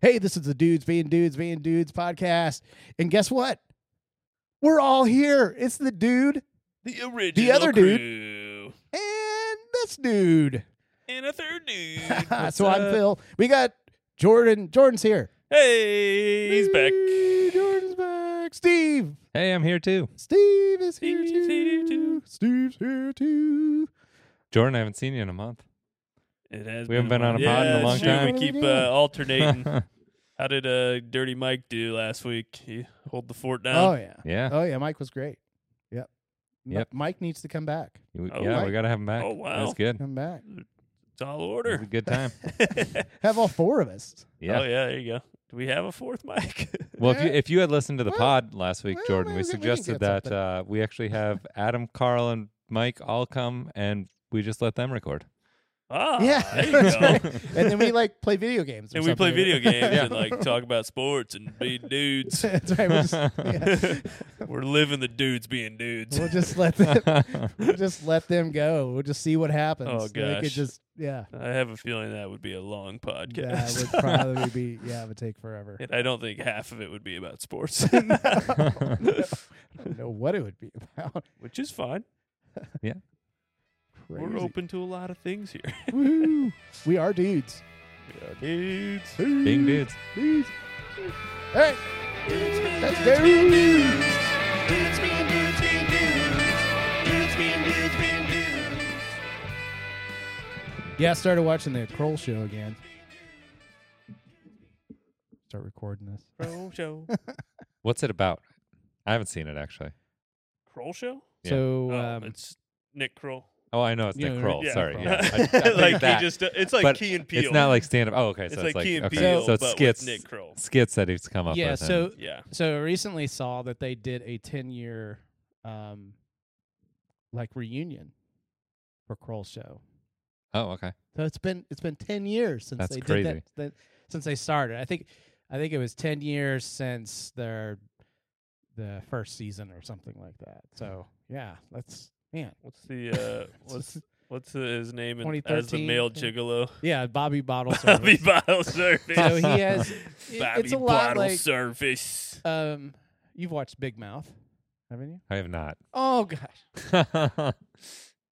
Hey, this is the Dudes Being Dudes Being Dudes podcast. And guess what? We're all here. It's the dude The original other dude. crew. and this dude. And a third dude. What's so I'm up? Phil. We got Jordan. Jordan's here. Hey, he's back. Hey, Jordan's back. Steve. Hey, I'm here too. Steve is here Steve's here too. too. Steve's here too. Jordan, I haven't seen you in a month. It has We haven't been on a while. pod in a Yeah, long sure, time. We keep Yeah. uh, alternating. yeah. How did uh, Dirty Mike do last week? He hold the fort oh down. yeah. Oh yeah. Mike was great. Yep. M- Yep. Mike needs to come back. You- Oh, yeah, right. we got to have him back. Oh, That wow. was good. Come back. Tall It was a order. good time. Have all four of us. Yeah. Oh yeah, there you go. Do we have a fourth Mike? Well, if you, Yeah. if you had listened to the Well, pod last week, well, Jordan, we maybe we can suggested get that something. uh, we actually have Adam, Carl, and Mike all come and we just let them record. ah, Yeah, There you that's go. right. And then we like play video games. or And we play something. video games Yeah. and like talk about sports and be dudes. That's right. We'll just, yeah. We're living the dudes being dudes. we'll just let them. We'll just let them go. We'll just see what happens. Oh, They could gosh. just yeah. I have a feeling that would be a long That podcast. would probably be yeah. It would take forever. and I don't think half of it would be about sports, I don't know what it would be about. which is fine. We're Crazy. open to a lot of things here. Woo. We are dudes. We are dudes. Mm. Being dudes. Dudes. All right. That's dudes. Yeah, I started watching the Kroll show again. Start recording this. Crow show. What's it about? I haven't seen it actually. Kroll show? Yeah. So Oh, um, it's Nick Kroll. Oh, I know it's Yeah, Nick right. Kroll. Yeah. Sorry. Kroll. Yeah. I- I figured like that. he just it's like But Key and Peele. It's not like stand up. Oh, okay. So it's, it's, like, Key and okay. Peele, so it's but skits, with Nick Kroll. skits that he's come up yeah, with. and- so Yeah. so I recently saw that they did a ten year um like reunion for Kroll show. oh, okay. So it's been it's been ten years since That's they did crazy. that, that since they started. I think I think it was ten years since their the first season or something like that. So yeah, that's man. What's the uh what's what's his name in, as the 2013, male yeah. gigolo? yeah, Bobby Bottle Bobby Service. Bottle Service. so he has it- Bobby it's a lot Bottle like Service. um you've watched Big Mouth, haven't you? I have not. Oh gosh.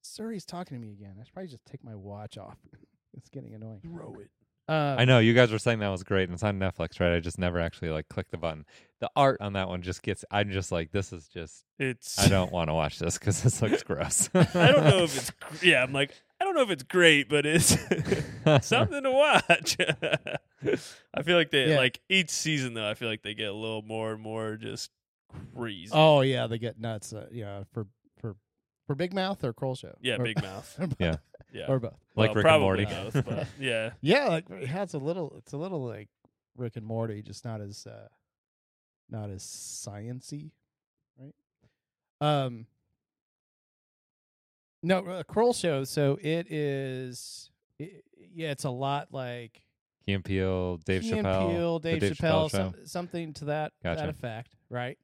That's Suri's talking to me again. I should probably just take my watch off. It's getting annoying. Throw it. Uh, I know you guys were saying that was great, and it's on Netflix, right? I just never actually like clicked the button. The art on that one just gets. I'm just like, this is just. It's I don't want to watch this because this looks gross. I don't know if it's gr- yeah. I'm like I don't know if it's great, but it's something to watch. I feel like they Yeah. like each season though. I feel like they get a little more and more just crazy. Oh yeah, they get nuts. Uh, yeah, for for for Big Mouth or Kroll Show. yeah, Or- Big Mouth. or both. Yeah. Yeah, or both. Well, Like Rick and probably Morty. both, but yeah, Yeah, like yeah, it's a little. It's a little like Rick and Morty, just not as uh not as sciency, right? Um. No, uh, Kroll Show. So it is. It, yeah, it's a lot like Key and Peele, Dave Key and Chappelle, Peele, The Dave, Dave Chappelle, Chappelle Show. some, something to that that Gotcha. effect, right?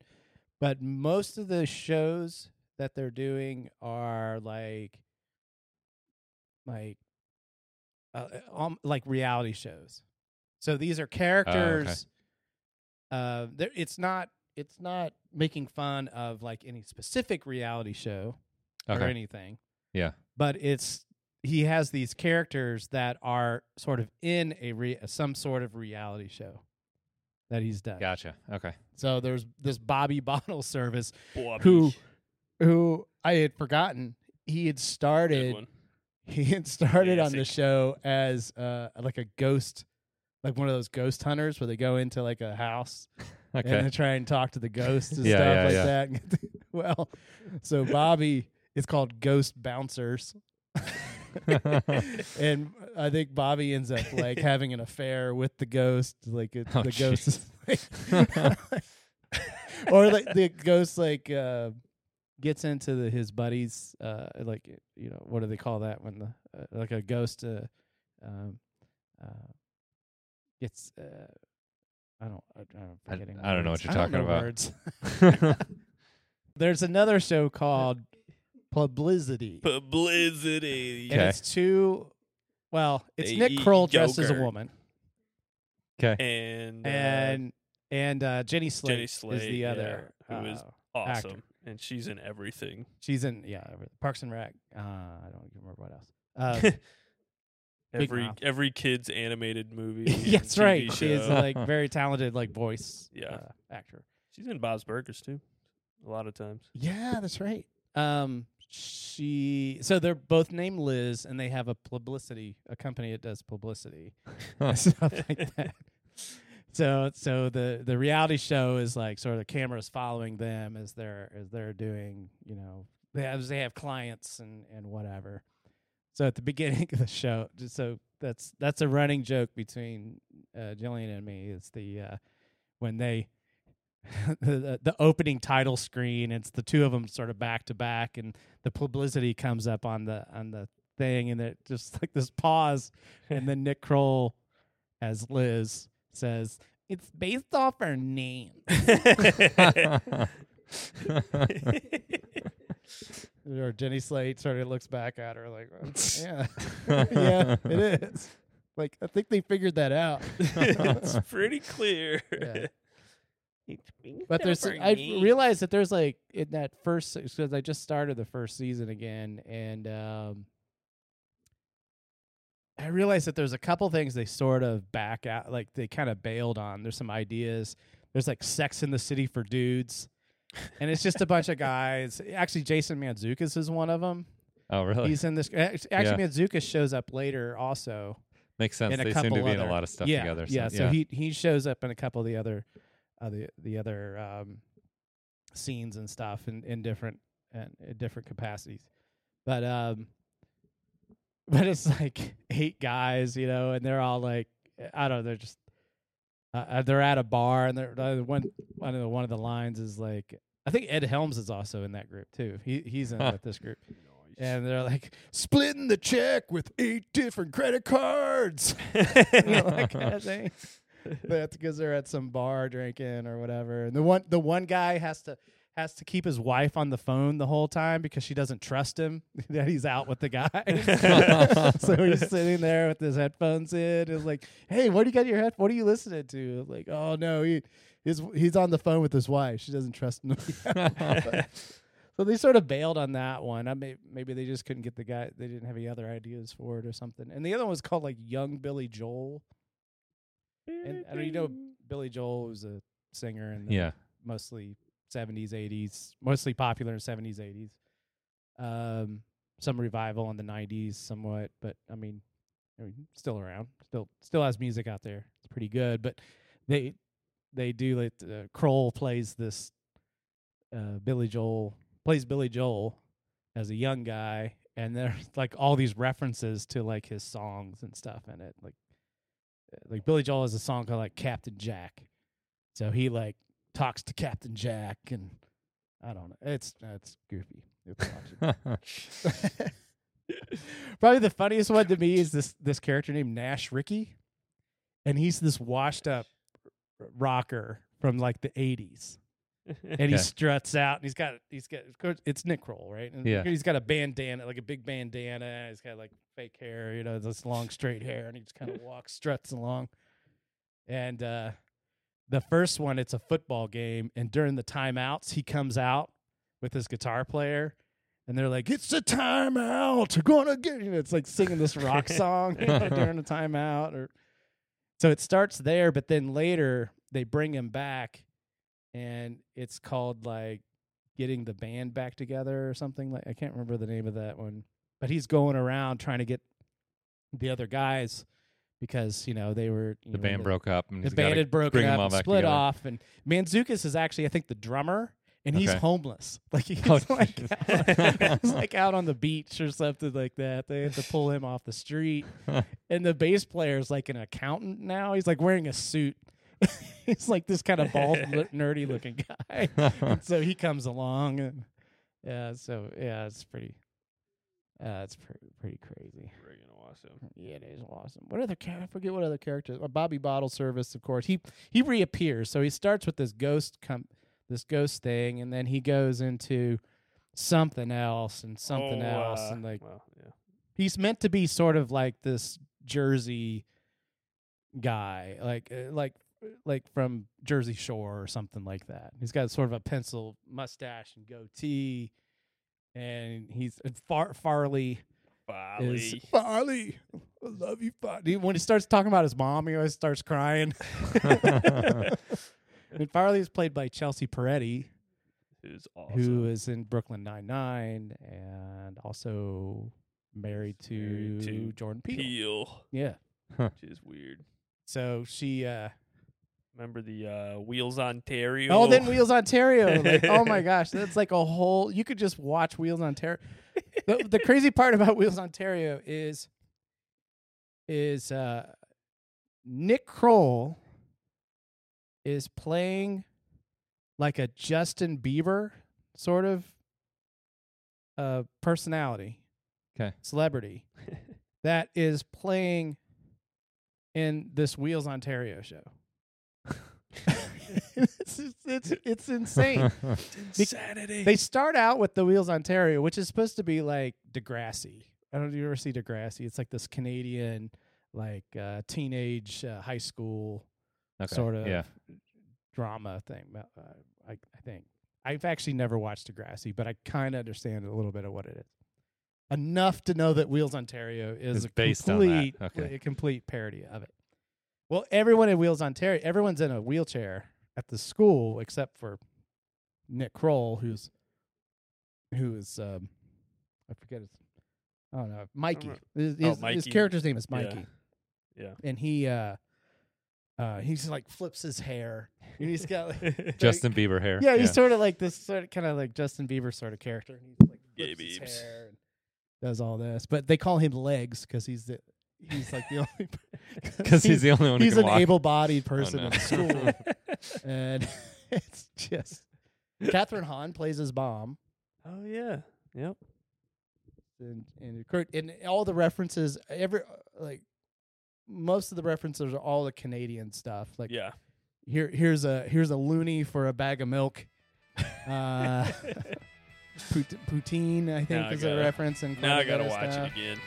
But most of the shows that they're doing are like, like, uh, um, like reality shows. So Oh, these are characters. Uh, there it's not. It's not making fun of like any specific reality show or Okay. anything yeah. but it's he has these characters that are sort of in a re, some sort of reality show that he's done. Gotcha. Okay. So there's this Bobby Bottle service Bobby. who who I had forgotten he had Good started one. he had started on the Classic. show as uh like a ghost like one of those ghost hunters where they go into like a house and Okay. they try and talk to the ghosts and Yeah, stuff yeah, like yeah. that. And get the- well, so Bobby it's called Ghost Bouncers. and I think Bobby ends up like having an affair with the ghost. Like it, Oh, the ghost is like, or like the ghost like uh, gets into the, his buddies. Uh, like you know what do they call that when the uh, like a ghost uh, um, uh, gets. Uh, I don't. I, I'm I- forgetting I don't know words. what you're I talking know about. Words. There's another show called Publicity. publicity. And Okay. it's two. Well, it's They Nick eat Kroll dressed as a yogurt. woman, Okay. and uh, and and uh, Jenny Slate, Jenny Slate is the yeah, other. who is uh, awesome, actor. and she's in everything. she's in yeah Parks and Rec. Uh, I don't even remember what else. Uh, Big every mouth. every kid's animated movie. and yes, TV right. Show. She is uh, like very talented, like voice Yeah. uh, actor. she's in Bob's Burgers too. A lot of times. Yeah, that's right. Um, she so they're both named Liz, and they have a publicity a company that does publicity stuff like that. So so the the reality show is like sort of the cameras following them as they're as they're doing you know they have they have clients and and whatever. So at the beginning of the show, just so that's that's a running joke between uh, Jillian and me is the uh, when they the, the the opening title screen it's the two of them sort of back to back and the publicity comes up on the on the thing and it just like this pause and then Nick Kroll as Liz says it's based off our name. or Jenny Slate sort of looks back at her like, "Well, yeah, yeah, it is. Like I think they figured that out. it's pretty clear. Yeah. It's being But there's, stubborn, I eh? realized that there's like in that first because I just started the first season again, and um, I realized that there's a couple things they sort of back out, like they kind of bailed on. There's some ideas. There's like Sex in the City for dudes, and it's just a bunch of guys. Actually, Jason Mantzoukas is one of them. oh, really? He's in this. Actually, Mantzoukas shows up later also. Makes sense. and a They seem to be couple in a other- lot of stuff yeah, together. So, yeah, so he he shows up in a couple of the other, uh, the the other um, scenes and stuff in in different and in different capacities, but um, but it's like eight guys, you know, and they're all like, I don't know, they're just. Uh, uh, they're at a bar, and they're uh, one one of the one of the lines is like, I think Ed Helms is also in that group too. He he's in Huh. with this group, and they're like splitting the check with eight different credit cards you know, that kind of thing. That's because they're at some bar drinking or whatever. And the one the one guy has to has to keep his wife on the phone the whole time because she doesn't trust him that he's out with the guy. so he's sitting there with his headphones in. It's like, hey, what do you got in your head? What are you listening to? Like, oh no, he his, he's on the phone with his wife. She doesn't trust him. so they sort of bailed on that one. I may, maybe they just couldn't get the guy. They didn't have any other ideas for it or something. And the other one was called like Young Billy Joel. And I don't you know Billy Joel was a singer in the yeah. mostly 70s, 80s, mostly popular in 70s, 80s. Um, some revival in the 90s, somewhat, but I mean, I mean, still around, still still has music out there. It's pretty good, but they they do like uh, Kroll plays this uh, Billy Joel plays Billy Joel as a young guy, and there's like all these references to like his songs and stuff in it. Like uh, like Billy Joel has a song called like Captain Jack, so he like talks to Captain Jack, and I don't know. It's it's goofy. It's awesome. Probably the funniest one to me is this this character named Nash Ricky, and he's this washed up rocker from like the '80s, and Okay. he struts out and he's got he's got of course it's Nick Kroll, right? And Yeah. he's got a bandana, like a big bandana. And he's got like fake hair, you know, this long straight hair, and he just kind of walks, struts along. And uh, the first one, it's a football game, and during the timeouts, he comes out with his guitar player. And they're like, it's a timeout. We're gonna get you. know, It's like singing this rock song you know, during a timeout, or so it starts there. But then later they bring him back, and it's called like getting the band back together or something. Like I can't remember the name of that one, but he's going around trying to get the other guys because you know they were you The know, band broke up. And the he's gotta- band had broken bring 'em up, all and back split together. off, and Manzukis is actually, I think, the drummer, and he's Okay. homeless. Like he's Oh, like, Jesus. out, he's like out on the beach or something like that. They had to pull him off the street, and the bass player is like an accountant now. He's like wearing a suit. he's like this kind of bald, lo- nerdy looking guy. And so he comes along, and yeah, so yeah, it's pretty. Uh, it's pretty pretty crazy. Friggin' awesome. Yeah, it is awesome. What other character? I forget what other character. uh, Bobby Bottle Service, of course. He he reappears. So he starts with this ghost com- this ghost thing, and then he goes into something else and something Oh, else, uh, and like well, yeah. he's meant to be sort of like this Jersey guy, like uh, like like from Jersey Shore or something like that. He's got sort of a pencil mustache and goatee, and he's and Far Farley is Bali. Farley. I love you, Farley. When he starts talking about his mom, he always starts crying. and Farley is played by Chelsea Peretti, Who's awesome. who is in Brooklyn Nine Nine and also married to, Married to Jordan Peele. Peel, Yeah. which is weird. So she. uh Remember the uh, Wheels Ontario? Oh, then Wheels Ontario. Like, oh my gosh, that's like a whole. You could just watch Wheels Ontario. The, the crazy part about Wheels Ontario is, is uh, Nick Kroll is playing like a Justin Bieber sort of uh, personality, 'Kay. celebrity that is playing in this Wheels Ontario show. it's, just- it's it's insane. Insanity. They start out with the Wheels Ontario, which is supposed to be like Degrassi. I don't know if you ever see Degrassi. It's like this Canadian, like uh, teenage uh, high school Okay, sort of Yeah. drama thing. but, Uh, I, I think I've actually never watched Degrassi, but I kind of understand a little bit of what it is. Enough to know that Wheels Ontario is It's a based on that, complete, okay. a complete parody of it. Well, everyone in Wheels Ontario, everyone's in a wheelchair at the school except for Nick Kroll, who's who is um, I forget his. I don't know. Mikey. know. His, his- Oh, his Mikey. character's name is Yeah. Mikey Yeah. and he uh uh he's like flips his hair and he's got like Justin Bieber hair. yeah he's sort of like this sort of kind of like justin bieber sort of character and he's like Yeah, flips his Biebs. hair and does all this but they call him legs because he's the he's like the only because he's, the only one he's who an can walk. able-bodied person no. in school and it's just catherine hahn plays his mom oh yeah. Yep. and and Kurt and all the references every like most of the references are all the canadian stuff like Yeah. here here's a here's a loony for a bag of milk. Uh, pout- poutine, I think, Now I is gotta- a reference. And now I gotta watch it again.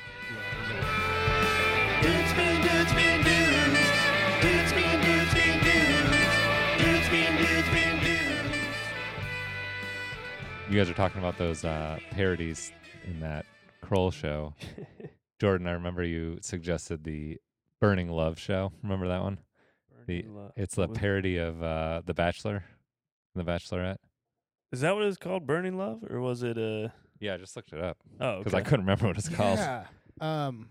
You guys are talking about those uh, parodies in that Kroll show. Jordan, I remember you suggested the Burning Love show. Remember that one? The- It's a What was- parody of uh, The Bachelor, The Bachelorette. Is that what it's called? Burning Love, or was it a? Yeah, I just looked it up Uh, oh, because okay. I couldn't remember what it's called. Yeah. Um,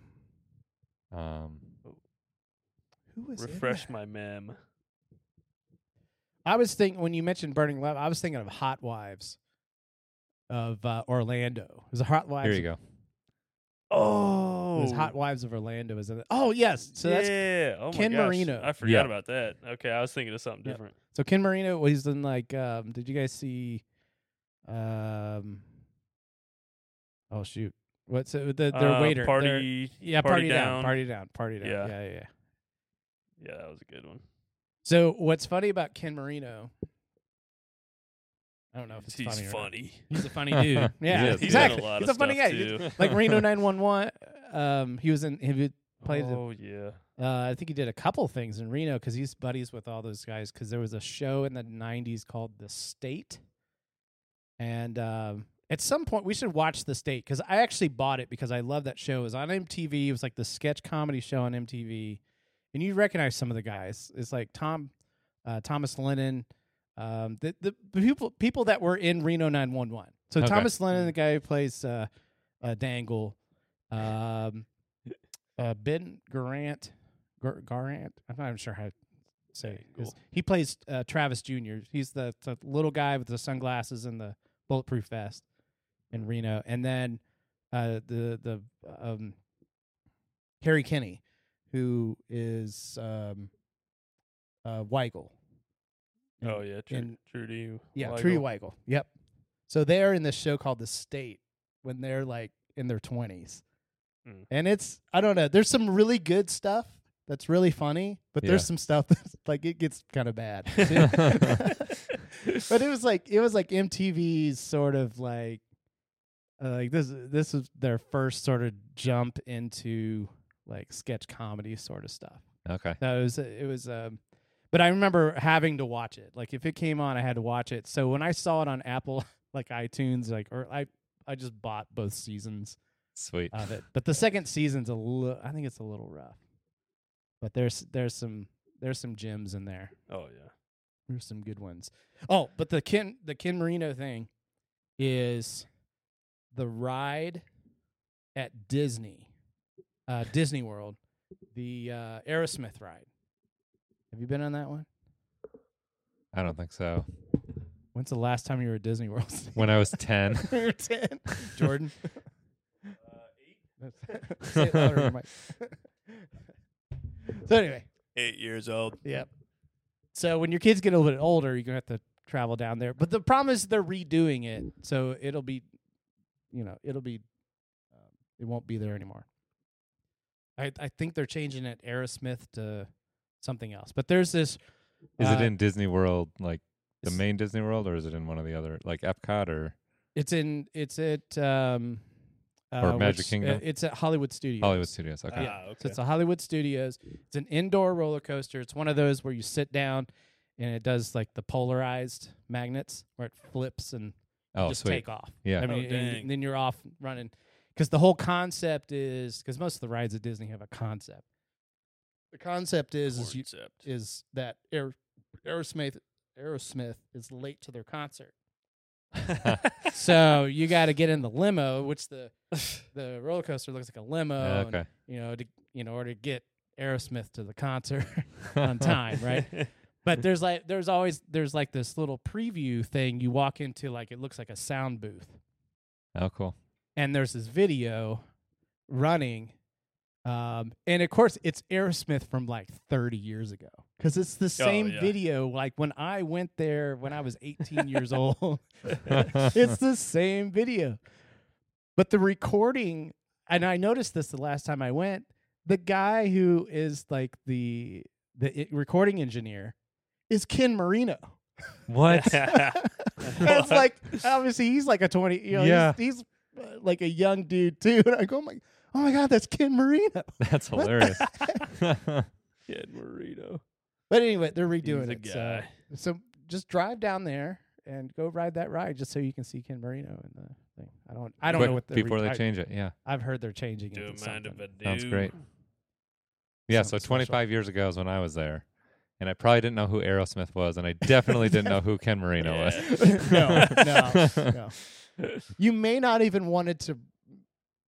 Um, who was in refresh that? my mem. I was thinking when you mentioned Burning Love, I was thinking of Hot Wives of uh, Orlando. It was a Hot Wives. here you go. It Oh, was Hot Wives of Orlando. Was in it? Oh yes. So that's yeah. Oh my Ken gosh. Marino. I forgot Yeah. about that. Okay, I was thinking of something Yep. different. so Ken Marino was in like. Um, did you guys see? Um. Oh shoot! What's it, the their Uh, waiter? their- party. Yeah, Party party, down. Down. party down, party down. Yeah. Yeah. yeah, yeah, Yeah, that was a good one. So what's funny about Ken Marino? I don't know if it's he's funny. or not. funny. He's a funny dude. Yeah, is. He's done exactly. A lot he's of a funny stuff, guy. Too. Like Reno 911. Um, he was in. He would- played the- Oh yeah. uh, I think he did a couple things in Reno because he's buddies with all those guys. Because there was a show in the '90s called The State, and um, at some point we should watch The State because I actually bought it because I love that show. It was on MTV. It was like the sketch comedy show on MTV, and you recognize some of the guys. It's like Tom, uh, Thomas Lennon, um, the, the the people people that were in Reno 911. So Okay. Thomas Lennon, the guy who plays uh, uh, Dangle. Um, uh, Ben Garant, Gar- Garant. I'm not even sure how to say. it. Cool. He plays uh, Travis Jr. He's the, the little guy with the sunglasses and the bulletproof vest in Reno, and then uh, the the um, Harry Kenny, who is um, uh, Weigel. in- Oh yeah. True. in- true to you. yeah, Weigel. Trudy Weigel. Yep. So they're in this show called The State when they're like in their twenties, Mm. and it's I don't know. There's some really good stuff that's really funny, but there's Yeah. some stuff that's like it gets kind of bad. but it was like it was like MTV's sort of like uh, like this this was their first sort of jump into like sketch comedy sort of stuff. Okay. No, it was it was um but I remember having to watch it. Like if it came on, I had to watch it. So when I saw it on Apple like iTunes like or I I just bought both seasons Sweet. of it. But the second season's a little I think it's a little rough. But there's there's some there's some gems in there. Oh yeah. There's some good ones. Oh, but the Ken the Ken Marino thing is the ride at Disney, uh, Disney World, the uh, Aerosmith ride. Have you been on that one? I don't think so. When's the last time you were at Disney World? When I was 10. you were ten, Jordan. That's- say it louder in the mic. so anyway, Eight years old. Yep. So when your kids get a little bit older, you're gonna have to travel down there. But the problem is they're redoing it, so it'll be, you know, it'll be, um, it won't be there anymore. I I think they're changing it Aerosmith to something else. But there's this. Is it uh, in Disney World, like the it's- main Disney World, or is it in one of the other, like Epcot or It's in. It's at. Um, uh, Magic which- Kingdom? uh, it's at Hollywood Studios. Hollywood Studios? Okay. Yeah. Ah, okay. So it's a Hollywood Studios. It's an indoor roller coaster. It's one of those where you sit down and it does like the polarized magnets where it flips and oh, just sweet. take off. Yeah. I mean, Oh, and- and, dang. then you're off running because the whole concept is because most of the rides at Disney have a concept. The concept is is, you, Concept. is that Aer- Aerosmith Aerosmith is late to their concert, so you got to get in the limo, which the the roller coaster looks like a limo. and, okay. you know, to you know, or to get Aerosmith to the concert on time, right? But there's like there's always there's like this little preview thing you walk into like it looks like a sound booth. Oh, cool. and there's this video running um and of course it's aerosmith from like 30 years ago because it's the same yeah. video like when i went there when i was 18 years old it's the same video but the recording and i noticed this the last time i went the guy who is like the the i- recording engineer is ken marino What? and it's like obviously he's like a twenty. You know, Yeah. he's, he's uh, like a young dude too. And I go, oh my, oh my god, that's Ken Marino. That's hilarious. Kid Marino. But anyway, they're He's redoing a it. So, so just drive down there and go ride that ride just so you can see Ken Marino and the thing. I don't, I don't know Quick, what the before re- they change it. Yeah. I, have heard they're changing Do it. a to mind of something. a dude. Sounds great. Yeah. Something So special. 25 years ago is when I was there, and I probably didn't know who Aerosmith was, and I definitely didn't know who Ken Marino was. no, no, no. You may not even wanted to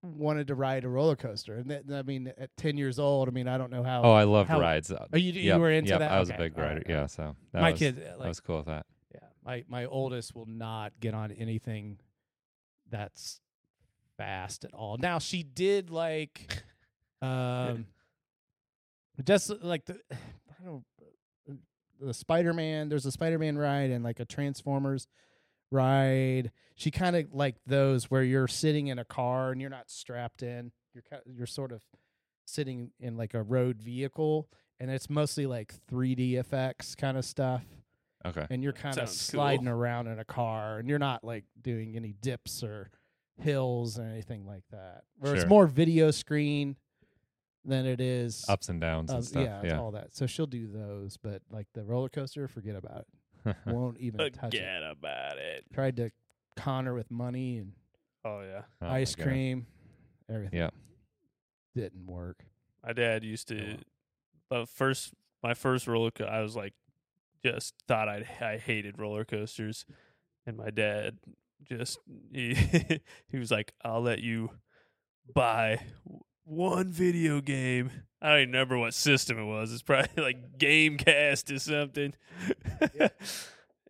wanted to ride a roller coaster. And that, I mean, at ten years old, I mean, I don't know how. Oh, I loved How- rides. Oh, you, you Yep, were into yep, that? I was Okay, a big all right, rider. all yeah. right. So that My was, kid, uh, I like, was cool with that. yeah, my my oldest will not get on anything that's fast at all. Now she did like, um, just like the I don't uh, the Spider Man. There's a Spider Man ride and like a Transformers ride. She kind of like those where you're sitting in a car and you're not strapped in. You're kind you're sort of sitting in like a road vehicle, and it's mostly like 3D effects kind of stuff Okay. and you're kind of Sounds sliding cool. around in a car and you're not like doing any dips or hills or anything like that. Where it's Sure. more video screen than it is Ups and downs uh, and stuff. yeah, it's all that. So she'll do those, but like the roller coaster, forget about it. Won't even touch it. Forget about it. Tried to con her with money and Oh yeah. Oh my ice God. cream, everything. Yeah. Didn't work. My dad used Oh, to. wow. But first, my first roller coaster, I was like, just thought I I hated roller coasters, and my dad just he he was like, I'll let you buy w- one video game. I don't even remember what system it was. It's probably like Gamecast or something.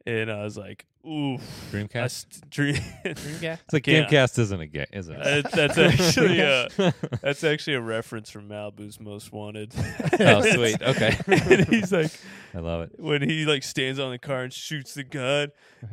and I was like, ooh, I Dreamcast. st- dream. Yeah. It's like Yeah. Gamecast isn't a game, is it? Uh, that's actually uh, that's actually a reference from Malibu's Most Wanted. oh, sweet. Okay. and he's like, I love it. when he like stands on the car and shoots the gun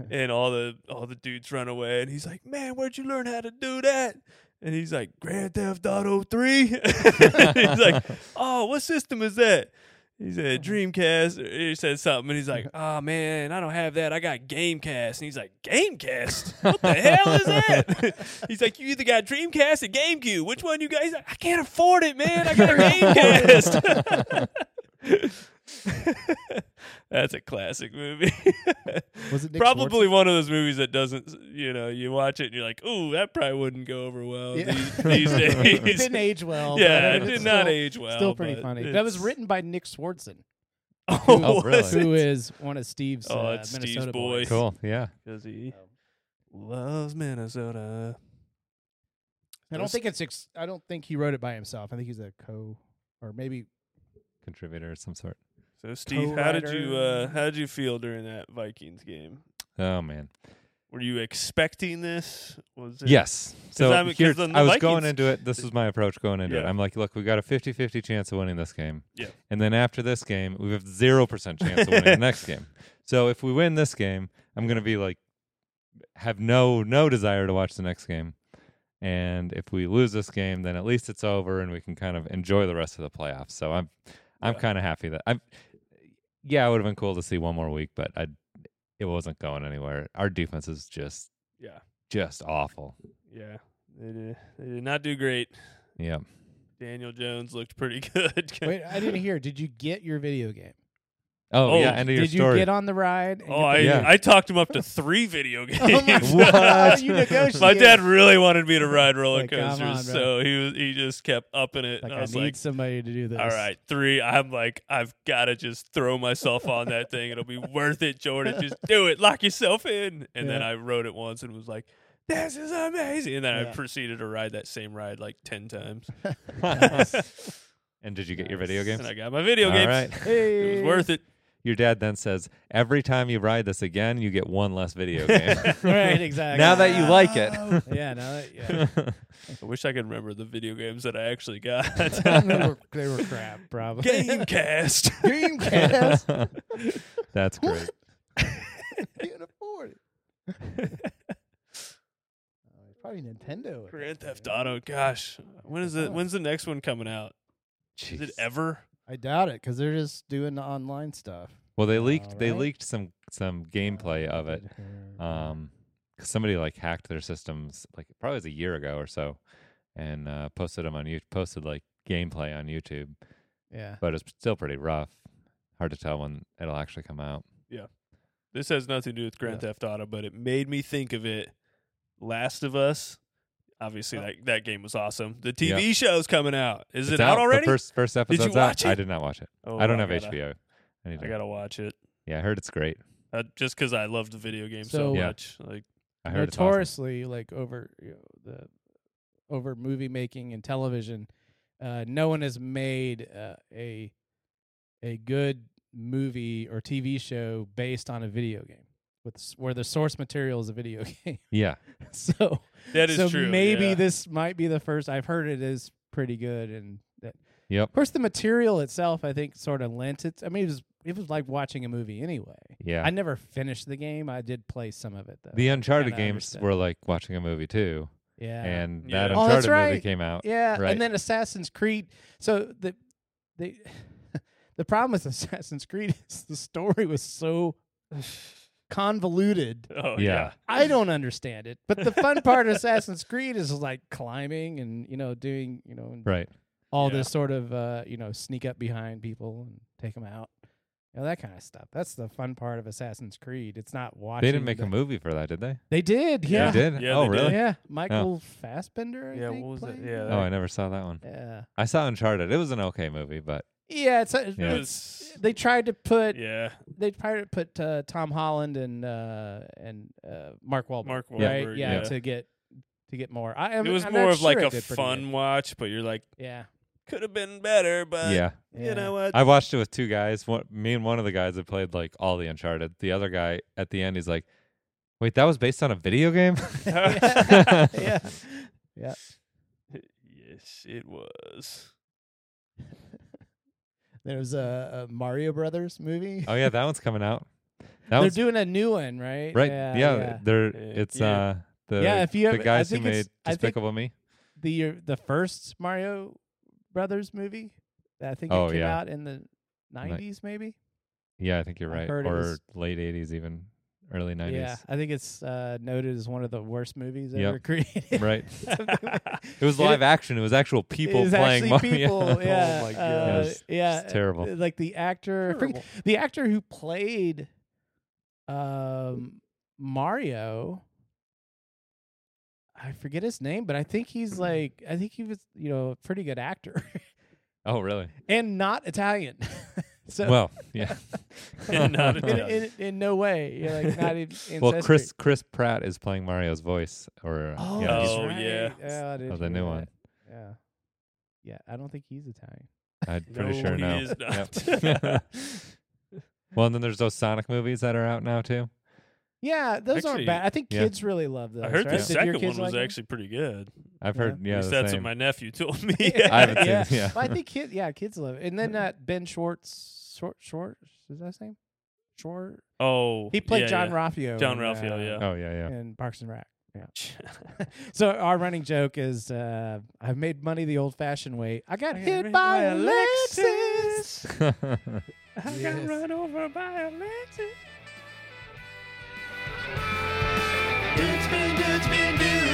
and all the all the dudes run away and he's like man where'd you learn how to do that and he's like grand theft auto 3 he's like oh what system is that he said Dreamcast. or He said something, and he's like, "Oh man, I don't have that. I got Gamecast." And he's like, "Gamecast? What the hell is that?" he's like, "You either got Dreamcast or GameCube. Which one you guys? I can't afford it, man. I got a Gamecast." That's a classic movie. Was it Nick probably one of those movies that doesn't, you know, you watch it and you're like, ooh, that probably wouldn't go over well Yeah. these, these It days. didn't age well. but yeah, it it's did not still- age well. Still pretty but funny. That was it's- written by Nick Swartzen, Oh, Oh, was really? who it? is one of Steve's Oh, uh, it's Steve's Minnesota boy. boys. Cool. Yeah. 'Cause he Um, loves Minnesota. I don't think it's. Ex- I don't think he wrote it by himself. I think he's a co, or maybe Contributor of some sort. So Steve, how did you uh, Co-writer. how did you feel during that Vikings game? Oh man. Were you expecting this? Was it Yes. So I'm- 'cause here, then the I was Vikings- going into it. This was my approach going into it. Yeah. I'm like, look, we got a 50-50 chance of winning this game. Yeah. And then after this game, we have zero percent chance of winning the next game. So if we win this game, I'm gonna be like, have no no desire to watch the next game. And if we lose this game, then at least it's over, and we can kind of enjoy the rest of the playoffs. So I'm, I'm Yeah. kind of happy that I'm. Yeah, it would have been cool to see one more week, but I, it wasn't going anywhere. Our defense is just Yeah, just awful. yeah. They did, they did not do great. Yeah. Daniel Jones looked pretty good. Wait, I didn't hear. Did you get your video game? Oh, Oh, yeah. End of your Did you story. get on the ride? and Oh, get I the- Yeah. I talked him up to three video games. Oh my What? God, you negotiated. My dad really wanted me to ride roller Like, come coasters, on, bro. so he was, he just kept upping it. Like, and I, I was need like, somebody to do this. All right, three. I'm like, I've got to just throw myself on that thing. It'll be worth it, Jordan. Just do it. Lock yourself in. And then Yeah. I rode it once and was like, this is amazing. And then I Yeah. proceeded to ride that same ride like 10 times. and did you get your video games? And I got my video All games. right. Hey. It was worth it. Your dad then says, every time you ride this again, you get one less video game. Right, exactly. now that you like Yeah, now that, yeah. it. I wish I could remember the video games that I actually got. they, were, they were crap, probably. Gamecast. Dreamcast. That's great. Can't afford it. Uh, probably Nintendo. at that point, Grand Theft right? Auto. Gosh. When is it? Oh. When's the next one coming out? Is it Jeez. ever? I doubt it because they're just doing the online stuff. Well, they leaked. They Alright. Oh, leaked some some gameplay of it. Um, 'cause somebody like hacked their systems, like probably it was a year ago or so, and uh, posted them on you posted like gameplay on YouTube. yeah. But it's still pretty rough. Hard to tell when it'll actually come out. This has nothing to do with Grand Yeah. Theft Auto, but it made me think of it. Last of Us. Obviously, Oh. that, that game was awesome. The TV show's coming out. Is It's it out, The already? first first you episode's watch out. I it? did not watch it. Oh, I don't have gotta- HBO. I need I to. gotta watch it yeah, I heard it's great. uh, just because I love the video game so, So- Yeah. much. Like, I heard it's awesome. notoriously like over you know, the over movie making and television uh, no one has made uh, a a good movie or tv show based on a video game with s- where the source material is a video game Yeah, so that is so true. maybe yeah. this might be the first i've heard it is pretty good and that, Yep. of course the material itself i think sort of lent it i mean it was it was like watching a movie anyway yeah. i never finished the game i did play some of it though the Uncharted kinda games understand. were like watching a movie too, yeah and Yeah. that Oh, that's Uncharted movie right. came out. Yeah, Right. and then Assassin's Creed. So the the the problem with Assassin's Creed is the story was so convoluted. Oh yeah. Yeah. I don't understand it. But the fun part of Assassin's Creed is like climbing and you know doing you know and Right. all Yeah. this sort of uh, you know sneak up behind people and take them out. You know, that kind of stuff. That's the fun part of Assassin's Creed. It's not watching. They didn't make the- a movie for that, did they? They did. Yeah. They did. Yeah, oh, they did. really? Yeah. Michael Fassbender. I Yeah, think, what was it? played Yeah, him. Oh, I never saw that one. yeah. I saw Uncharted. It was an okay movie, but Yeah, it's, Yeah. it's It was- they tried to put yeah. they tried to put uh, Tom Holland and uh, and uh, Mark Wahlberg, Mark right? Wahlberg. yeah, yeah. to get to get more. I, I It mean, was I'm more not of like sure it a did pretty fun good. watch, but you're like, Yeah, could have been better, Uh, but yeah. yeah. you know what? I watched it with two guys. One, me and one of the guys that played like all the Uncharted. The other guy at the end, he's like, "Wait, that was based on a video game." Yeah. yeah, yes, it was. there was a, a Mario Brothers movie. oh yeah, that one's coming out. That They're one's doing a new one, right? right. Yeah, Yeah, yeah. they're Yeah. it's Yeah. uh the Yeah, if you the ever- I guys who think it's- made I think- Despicable Me. the the first Mario Brothers movie. I think Oh, it came yeah. out in the '90s, maybe. Yeah, I think you're I right. heard it Or was- late '80s even. early 90s. Yeah, I think it's uh, noted as one of the worst movies Yep. ever created. Right. Something like that. It was It- live action. It was actual people It's playing actually Mario. people. Yeah. Oh my uh, God. It was- it's yeah. terrible. uh, Like the actor, I forget- Terrible. the actor who played um, Mario. I forget his name, but I think Mm-hmm. he's like I think he was you know a pretty good actor Oh, really? and not Italian. so well, yeah. And not a in, Yeah. in, in no way, you're like not even. well, Chris Chris Pratt is playing Mario's voice, or uh, Oh, yeah, that's he's- Oh, right. yeah. Oh, I didn't Of the new hear one. that. Yeah, yeah. I don't think he's Italian. I'm pretty No, sure he no. is Yep. not. well, and then there's those Sonic movies that are out now too. Yeah, those Actually, aren't bad. I think yeah. kids really love those. I heard right? the Did your second kids one was like them? actually pretty good. I've Yeah. heard, yeah, At least the that's same. what my nephew told me. I haven't Yeah. seen, yeah. Well, I think kid, yeah, kids love it. And then uh, Ben Schwartz, short, short, is that his name? Short. Oh, He played yeah, John yeah. Raffio. in, John Raffio, uh, yeah. oh yeah, yeah. In Parks and Rec. So our running joke is, uh, I've made money the old-fashioned way. I got I got hit ran by by a a Lexus. I got Yes. run over by a Lexus.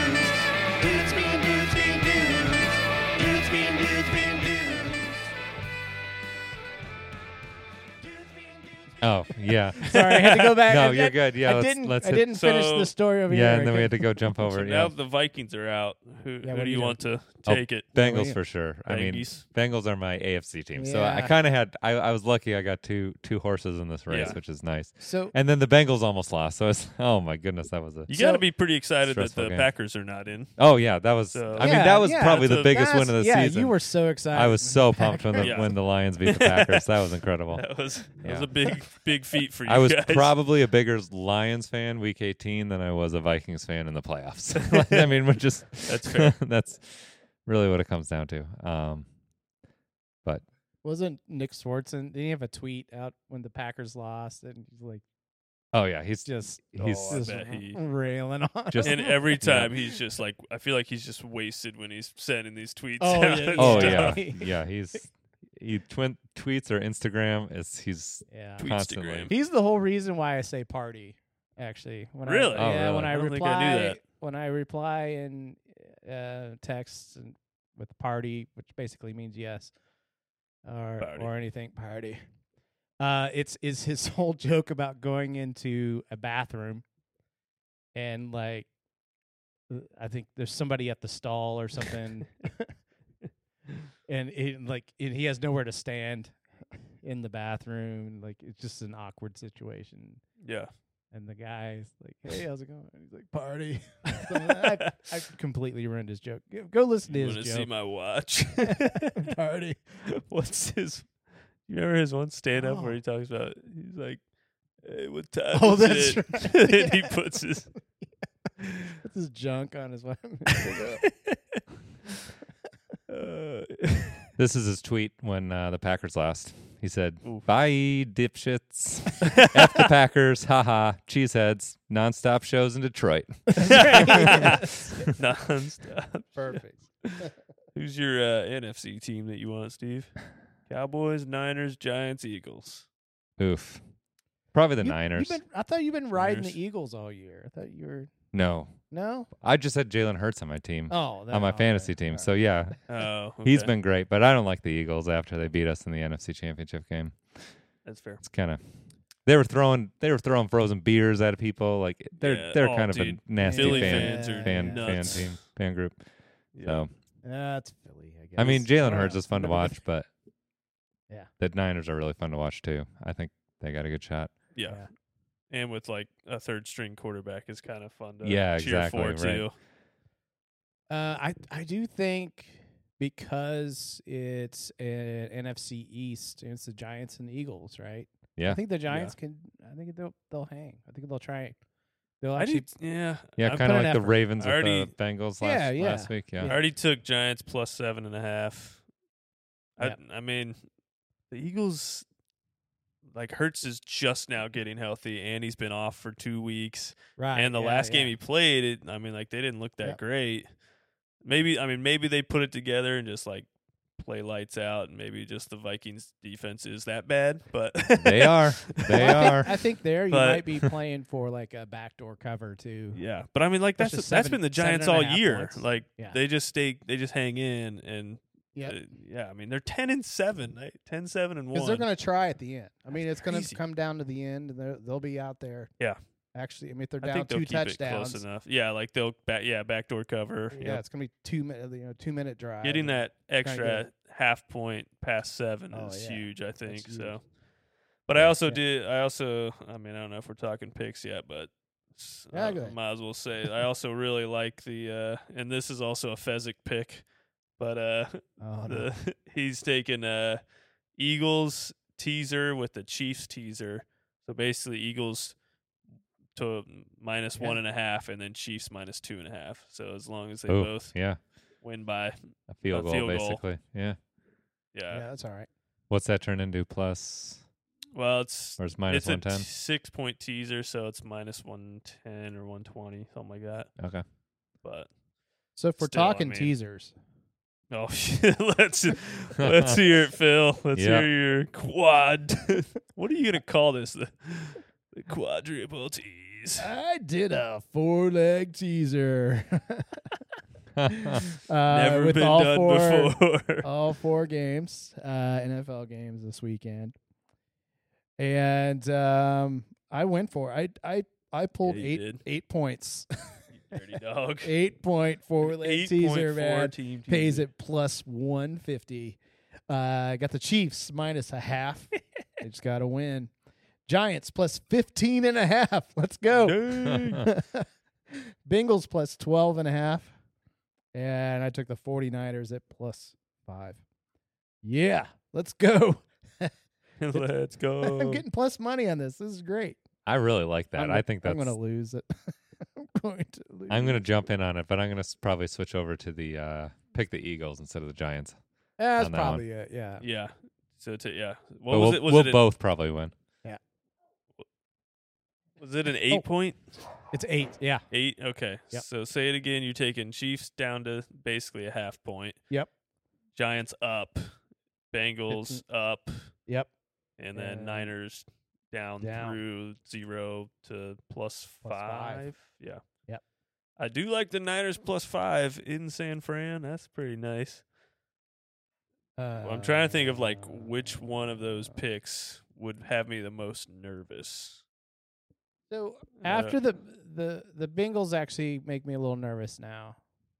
oh yeah. Sorry, I had to go back. No, I- you're I- good. Yeah, I let's- didn't. let's I hit- didn't finish So- the story over here. yeah, and then we had to go jump So over. it, now yeah, the Vikings are out. Who, Yeah, who what do do you you want to Oh, take it? Bengals yeah. for sure. I mean, Bangies. Bengals are my AFC team, so I Yeah. kind of had. I, I was lucky. I got two two horses in this race, Yeah. which is nice. So And then the Bengals almost lost, so it's oh my goodness, that was a. You So- got to be pretty excited that Stressful the game. Packers are not in. Oh yeah, that was. So- I mean, Yeah, that was yeah, probably that's the a- biggest win that's- of the yeah, season. you were so excited. I was so pumped when the Yeah. when the Lions beat the Packers. That was incredible. That was that was Yeah. a big big feat for you I was guys. probably a bigger Lions fan week 18 than I was a Vikings fan in the playoffs. Like, I mean, we're just That's fair. that's really what it comes down to. Um, Wasn't Nick Swartzen? Did he have a tweet out when the Packers lost and he's like oh yeah, he's just He's- oh, I just bet he- railing on? Just- and him? every Yeah. time he's just like, I feel like he's just wasted when he's sending these tweets. Oh, out yeah, and oh stuff. yeah, Stop. yeah, he's he twin, tweets or Instagram is he's yeah. Tweet- constantly. Tweetstagram. He's the whole reason why I say party. Actually, when Really? I, Oh, yeah, really? when I, I don't think I reply, knew that. when I reply in uh, texts and with party, which basically means yes, or Party. or anything party. Uh, it's is his whole joke about going into a bathroom, and like, uh, I think there's somebody at the stall or something, and it like and he has nowhere to stand in the bathroom. Like it's just an awkward situation. yeah. And the guy's like, "Hey, how's it going?" And he's like, "Party." So I, I completely ruined his joke. Go- Go listen You to want to his see joke. my watch? Party. What's his? You remember his one stand up Oh. where he talks about? He's like, "Hey, what time?" Oh, is that's it?" right. and he Yeah. puts his. What's his junk on his weapon? Uh, This is his tweet when uh, the Packers lost. He said, Oof. "Bye, dipshits. F the Packers. Haha. Cheeseheads. Nonstop shows in Detroit." nonstop. Perfect. Who's your uh, NFC team that you want, Steve? Cowboys, Niners, Giants, Eagles. Oof. Probably the You- Niners. You've been, I thought you've been riding Niners. the Eagles all year. I thought you were no, no. I just had Jalen Hurts on my team, Oh, on my fantasy team. So yeah, Oh, he's okay. been great. But I don't like the Eagles after they beat us in the NFC Championship game. That's fair. It's kind of they were throwing they were throwing frozen beers at people. Like they're Yeah. they're Oh, kind dude. of a nasty Philly fan fans are fan, fan nuts. team fan group. Yeah. So that's Philly. I guess. I mean, Jalen Wow. Hurts is fun to watch, but Yeah. the Niners are really fun to watch too. I think they got a good shot. yeah. Yeah. And with like a third string quarterback is kind of fun to Yeah, cheer for exactly, too. right. Uh, I I do think because it's an NFC East, and it's the Giants and the Eagles, right? I Yeah. think the Giants can. I think they'll they'll hang. I think they'll try. They'll I actually. need, yeah. Yeah, I kind put of an like the effort. Ravens I with already- the Bengals last, Yeah, yeah. last week. Yeah. I already took Giants plus seven and a half. I Yeah. I mean, the Eagles like Hertz is just now getting healthy and he's been off for two weeks. right, and the yeah, last yeah. game he played, it I mean, like they didn't look that Yeah. great. Maybe I mean maybe they put it together and just like play lights out, and maybe just the Vikings defense is that bad. But They are. They Well, I are. Think, I think there you But- might be playing for like a backdoor cover too. Yeah, but I mean, like That's that's just that's seven- been the seven Giants and a all half year. points. Like Yeah. they just stay, they just hang in, and Yeah. uh, yeah, I mean they're ten and seven, right? 10, 7 and Because one. they're going to try at the end. I mean, That's it's going crazy. to come down to the end, and they're- they'll be out there. Yeah. Actually, I mean, if they're I down think they'll two keep it touchdowns, close enough. Yeah, like they'll back, yeah backdoor cover. yeah, Yeah, it's going to be two minute, you know, two minute drive. getting that extra good. half point past seven Oh, is yeah. huge. I think huge. so. But I Yeah. also Yeah. did. I also. I mean, I don't know if we're talking picks yet, but s- Yeah, uh, go ahead. might as well say I also really like the. uh And this is also a Fezzik pick, but uh Oh, no. the he's taken uh Eagles teaser with the Chiefs teaser. So basically Eagles to minus Okay. one and a half and then Chiefs minus two and a half. So as long as they Oh, both yeah. win by A field goal, field goal. basically. Yeah. yeah. yeah, that's all right. What's that turn into? Plus Well it's or is minus it's a one ten? six point teaser, so it's minus one ten or one twenty, something like that. Okay. But So if we're Still, I talking mean- teasers, oh let's let's hear it, Phil. Let's Yeah. hear your quad what are you gonna call this? The, the quadruple tease. I did a four leg teaser. uh, Never with been all done four, Oh, before. all four games, uh, NFL games this weekend, and um, I went for it. I I I pulled you eight did. eight points, Dirty dog. eight point four leg teaser 8.4 man team pays teaser. it plus one fifty. Uh, got the Chiefs minus a half. they just got to win. Giants plus 15 and a half. Let's go. Dang. Bengals plus 12 and a half. And I took the 49ers at plus five. Yeah, let's go. Let's go. I'm getting plus money on this. This is great. I really like that. I'm, i think that's I'm going to lose it. I'm going to lose. I'm going to jump in on it, but I'm going to probably switch over to the uh, pick the Eagles instead of the Giants. Yeah, that's on that one. probably it. Yeah. yeah. So to, yeah. What was But we'll, it? Was we'll it an, both probably win. was it an eight point? It's eight. Oh. Yeah. Eight. Okay. Yep. So say it again. You're taking Chiefs down to basically a half point. Yep. Giants up. Bengals up, Yep. and then And Niners down, down. through zero to plus, Plus five. Yeah. Yep. I do like the Niners plus five in San Fran. That's pretty nice. Uh, Well, I'm trying to think of like which one of those picks would have me the most nervous. So Uh, after the the the Bengals actually make me a little nervous now.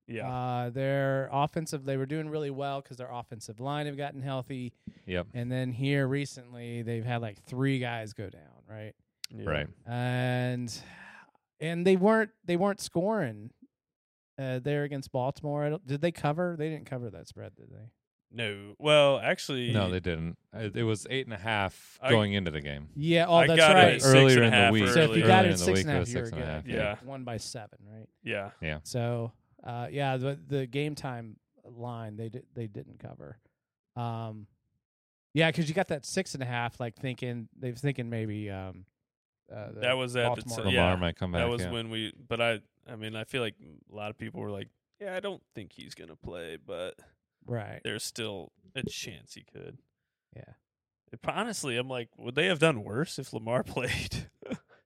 Yeah, Uh, their offensive they were doing really well because their offensive line have gotten healthy, Yep. and then here recently they've had like three guys go down, right? yeah. Right. And and they weren't they weren't scoring. Uh, there against Baltimore, I don't, did they cover? They didn't cover that spread, did they? No, well, actually, No, they didn't. Uh, It it was eight and a half I- going into the game. Yeah, oh, I that's got it right. at So six and Earlier a in the half week. early. if you got earlier it in at the six week, and a it half, was you're six good. and a half, You yeah. got one by seven, right? yeah, So, uh, yeah, the the game time line they di- they didn't cover. Um, yeah, because you got that six and a half, like thinking they was thinking maybe um, uh, the that was at the Baltimore. t- Lamar yeah, might come back. that was yeah. when we. But I, I mean, I feel like a lot of people were like, "Yeah, I don't think he's gonna play," but right. there's still a chance he could. Yeah. If- honestly, I'm like, would they have done worse if Lamar played?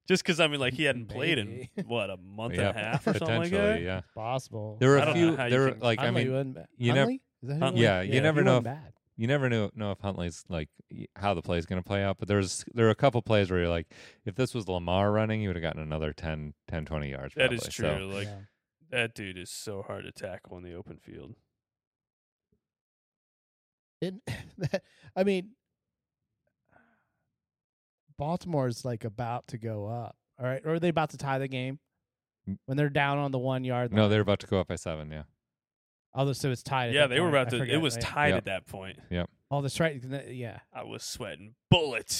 Just because I mean, like he hadn't played in Maybe. what a month yeah, and a half or something like that. potentially, yeah. Possible. There were I a don't few. know how you There were can- like I Hundley mean, wasn't ba- you nev- Hundley? Is that who it Hundley? was? Yeah, you never he know wasn't Bad. you never knew know if Huntley's like y- how the play's going to play out. But there's there were a couple plays where you're like, if this was Lamar running, he would have gotten another 10, 10 20 yards. That is true. probably. So, Like Yeah. that dude is so hard to tackle in the open field. Didn't- that- I mean, Baltimore's like about to go up. All right, or are they about to tie the game when they're down on the one yard? no, line? they're about to go up by seven. Yeah, Although, so it's tied. at yeah, that they were point. about I to. It forget, was right? tied Yep. at that point. Oh, that's right. Th- Yeah. I was sweating bullets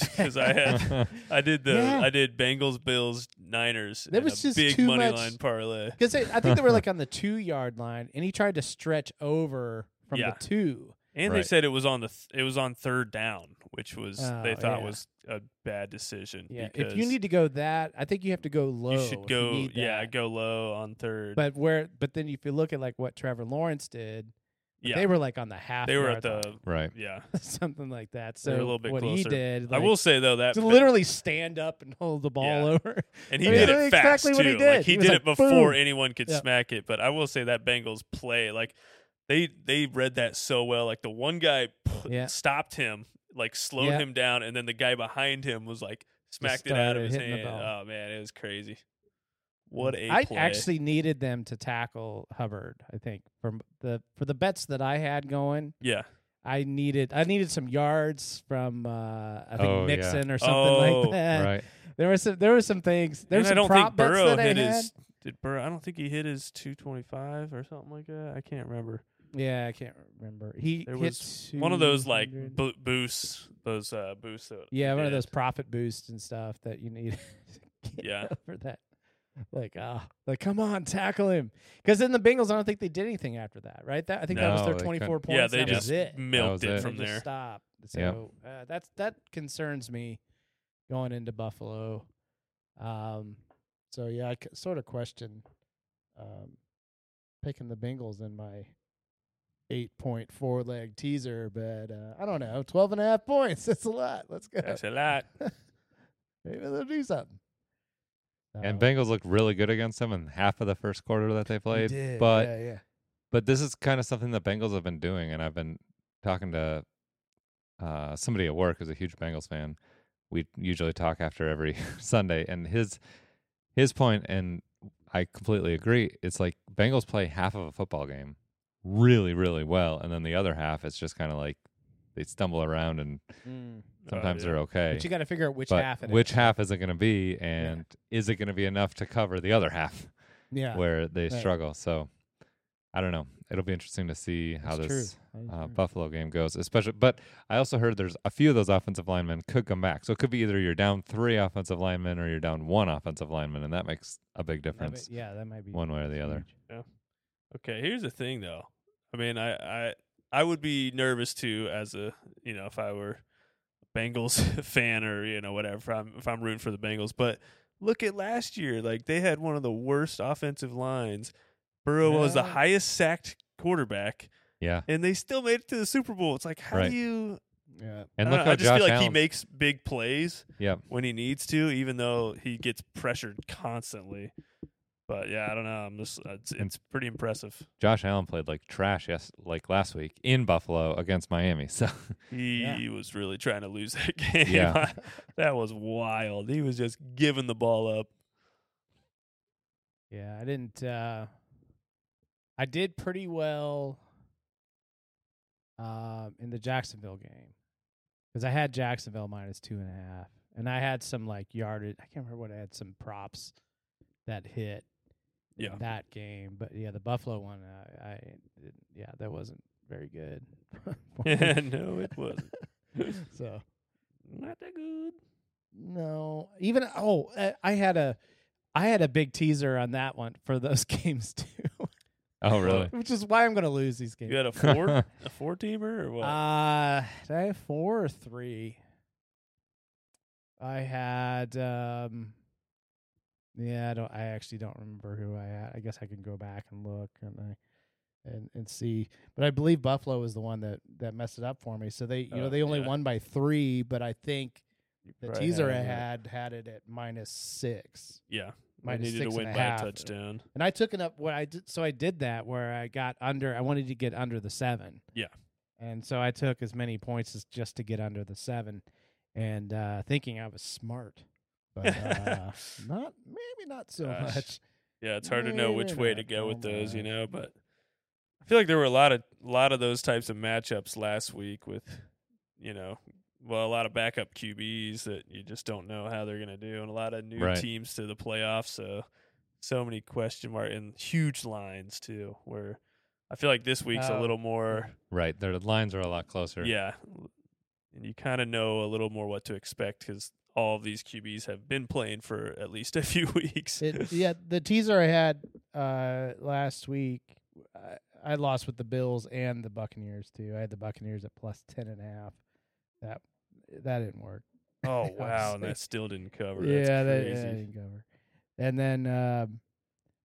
because I had. I did the Yeah. I did Bengals Bills Niners. There in was a just big too money much- line parlay. Because I think they were like on the two yard line, and he tried to stretch over from Yeah. the two. And they Right. said it was on the th- it was on third down, which was Oh, they thought yeah. was a bad decision. Yeah. because if you need to go that, I think you have to go low. you if should go need yeah that. go low on third. But where? But then if you look at like what Trevor Lawrence did, But Yeah. They were like on the half. They were at marathon, the Right. yeah. something like that. So They were a little bit what he closer. did, I like, will say though that to literally stand up and hold the ball Yeah. over. and he I mean, did that's it fast exactly too. what he Like did. he, He was did like, it before boom. anyone could Yeah. smack it. But I will say that Bengals play like they they read that so well. Like the one guy p- Yeah. stopped him, like slowed Yeah. him down, and then the guy behind him was like smacked it out started of his hitting the hand. ball. Mm. Oh man, it was crazy. What a I play. actually needed them to tackle Hubbard. I think from the for the bets that I had going, yeah. I needed I needed some yards from uh, I think Oh, yeah. Mixon or something Oh, like that. Right. There were some there were some things. There and were I some don't prop think Burrow bets that I hit had. his. Did Burrow? I don't think he hit his 225 or something like that. I can't remember. Yeah, I can't remember. He There hit was one of those like 200. bo- boosts, those uh, boosts. That yeah, he one of did. those profit boosts and stuff that you need. to get Yeah. over that. Like ah, like come on, tackle him. Because then the Bengals, I don't think they did anything after that, right? That I think that was No, their they twenty four points. Yeah, they that just was it. milked was it it. from They just there. Stop. Yep. So uh, that's that concerns me going into Buffalo. Um, so yeah, I c- sort of question um, picking the Bengals in my eight point four leg teaser, but uh, I don't know, twelve and a half points. That's a lot. Let's go. That's a lot. Maybe they'll do something. And Uh, Bengals looked really good against them in half of the first quarter that they we played. did, but yeah, yeah. but this is kind of something that Bengals have been doing, and I've been talking to uh, somebody at work who's a huge Bengals fan. We usually talk after every Sunday, and his his point, and I completely agree. It's like Bengals play half of a football game really, really well, and then the other half it's just kind of like they stumble around, and Oh, sometimes yeah. they're okay. But you got to figure out which but half it is. which half is it going to be, and is it going to be enough to cover the other half? yeah, where they Right. struggle. So I don't know. It'll be interesting to see how that's this true. That is uh, true. Buffalo game goes. Especially, but I also heard there's a few of those offensive linemen could come back. So it could be either you're down three offensive linemen or you're down one offensive lineman, and that makes a big That might- difference yeah, that might be one way or the other. huge. Okay, here's the thing though. I mean, I I I would be nervous too as a you know if I were a Bengals fan or you know whatever if I'm if I'm rooting for the Bengals. But look at last year, like they had one of the worst offensive lines. Burrow was the Yeah. highest sacked quarterback, Yeah, and they still made it to the Super Bowl. It's like how Right. do you? Yeah. and I, don't look know, how I just Josh feel like he Allen. makes big plays yeah, when he needs to, even though he gets pressured constantly. But yeah, I don't know. I'm just uh, it's, it's pretty impressive. Josh Allen played like trash yes, like last week in Buffalo against Miami. So He Yeah. was really trying to lose that game. Yeah. that was wild. He was just giving the ball up. Yeah, I didn't. Uh, I did pretty well um, in the Jacksonville game because I had Jacksonville minus two and a half, and I had some like yardage. I can't remember what I had some props that hit in Yeah. that game, but yeah, the Buffalo one, I, I didn't- yeah, that wasn't very good. no, it wasn't. so Not that good. no, even oh, uh, I had a, I had a big teaser on that one for those games too. oh really? which is why I'm going to lose these You games. had a four, a four teamer, or what? Uh, did I have four or three? I had, um, yeah, I don't, I actually don't remember who I had. I guess I can go back and look and I, and, and see, but I believe Buffalo was the one that, that messed it up for me. So they, you Oh, know, they only yeah. won by three, but I think the Probably teaser I had it. had had it at minus six. yeah, I Minus needed to six win and by a a half. touchdown. And I took it up what I did. So I did that where I got under. I wanted to get under the seven. Yeah. And so I took as many points as just to get under the seven, and uh, thinking I was smart, but uh, not maybe not so Gosh. much. Yeah, it's hard to know which Maybe way to not go so with those, you much. know. But I feel like there were a lot of lot of those types of matchups last week with, you know, well, a lot of backup QBs that you just don't know how they're gonna do, and a lot of new Right. teams to the playoffs. So, so many question mark and huge lines too. Where I feel like this week's a Oh. little more, right. Their lines are a lot closer. yeah, and you kind of know a little more what to expect because all of these QBs have been playing for at least a few weeks. It, yeah, the teaser I had uh, last week, I, I lost with the Bills and the Buccaneers too. I had the Buccaneers at plus ten and a half. That that didn't work. Oh was wow, and like- that still didn't cover. Yeah, That's that, crazy. yeah, I didn't cover. And then, um,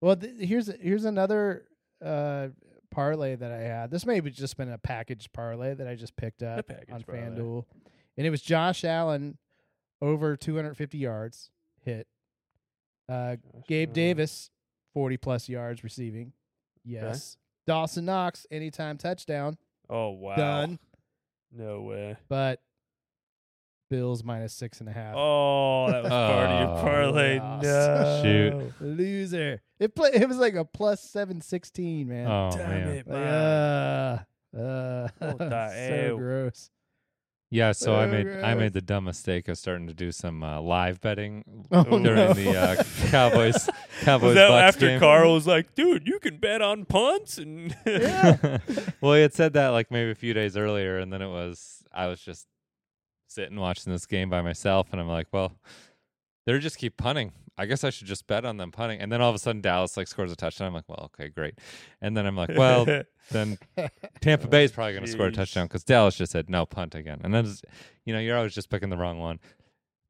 well, th- here's here's another uh, parlay that I had. This may have just been a package parlay that I just picked up package on parlay. FanDuel. And it was Josh Allen over 250 yards hit. Uh, Gabe Davis, 40 plus yards receiving. Yes. Dawson Knox, anytime touchdown. Oh wow. Done. No way. But Bills minus six and a half. Oh, that was part of your Oh. parlay. Lost. No. Shoot. Loser. It play, it was like a plus 716, man. Oh Damn man. Like, it, man. uh, uh, What the so hell? gross. Yeah, so I made I Gross. made the dumb mistake of starting to do some uh, live betting Oh, during no. the uh, Cowboys Cowboys was that Bucks after game. Carl was like, dude, you can bet on punts and well, he had said that like maybe a few days earlier, and then it was I was just sitting watching this game by myself, and I'm like, well, they're just keep punting. I guess I should just bet on them punting. And then all of a sudden, Dallas like scores a touchdown. I'm like, well, okay, great. And then I'm like, well, then Tampa Bay is probably going to score a Jeez. touchdown because Dallas just said no punt again, and then you know you're always just picking the wrong one.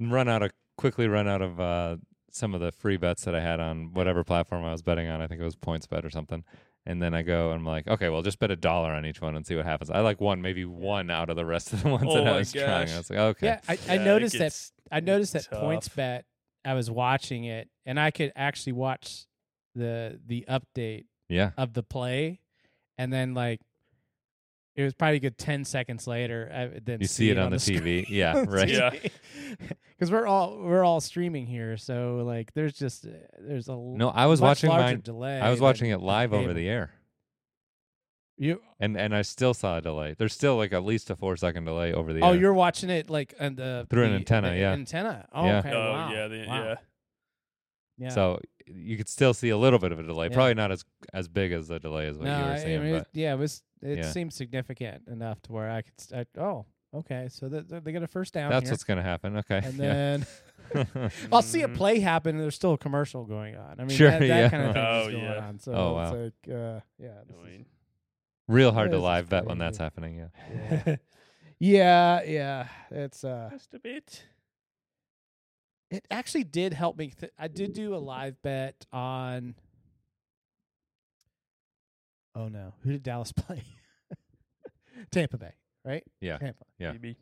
Run out of quickly run out of uh, some of the free bets that I had on whatever platform I was betting on. I think it was points bet or something. And then I go and I'm like, okay, well, just bet a dollar on each one and see what happens. I like one, maybe one out of the rest of the ones Oh that I my was trying. gosh. I was like, okay, Yeah, I, I Yeah, it noticed that gets I noticed that points tough. bet. I was watching it, and I could actually watch the the update yeah, of the play, and then like it was probably a good ten seconds later. uh, I then you see it on the TV, yeah, right. Yeah. because we're all we're all streaming here, so like there's just uh, there's a l- No, I was much watching larger mine. delay. I was than watching it live over cable. the air. You And and I still saw a delay. There's still like at least a four second delay over the oh air. you're watching it like on the Through an the- antenna, the yeah. antenna. Oh, Yeah. okay, oh wow, yeah, the, wow. yeah. yeah. So you could still see a little bit of a delay. Yeah. Probably not as as big as the delay as what no, you I- were I saying. mean, it- but yeah, it was. It yeah. seemed significant enough to where I could. St- I, oh, okay. So th- th- they get a first down. that's here, what's gonna happen. Okay. and yeah. then I'll see a Mhm. play happen, and there's still a commercial going on. I mean, Sure, that, that yeah. kind of thing is Oh, going yeah. on. So Oh, wow. it's like, uh, yeah, this is- Annoying. Real hard to This is live bet when that's crazy. happening. Yeah. yeah. yeah, yeah. It's uh, Just a bit. It actually did help me. Th- I did do a live bet on. Oh no! Who did Dallas play? Tampa Bay, right? Yeah. Tampa. Yeah. Maybe.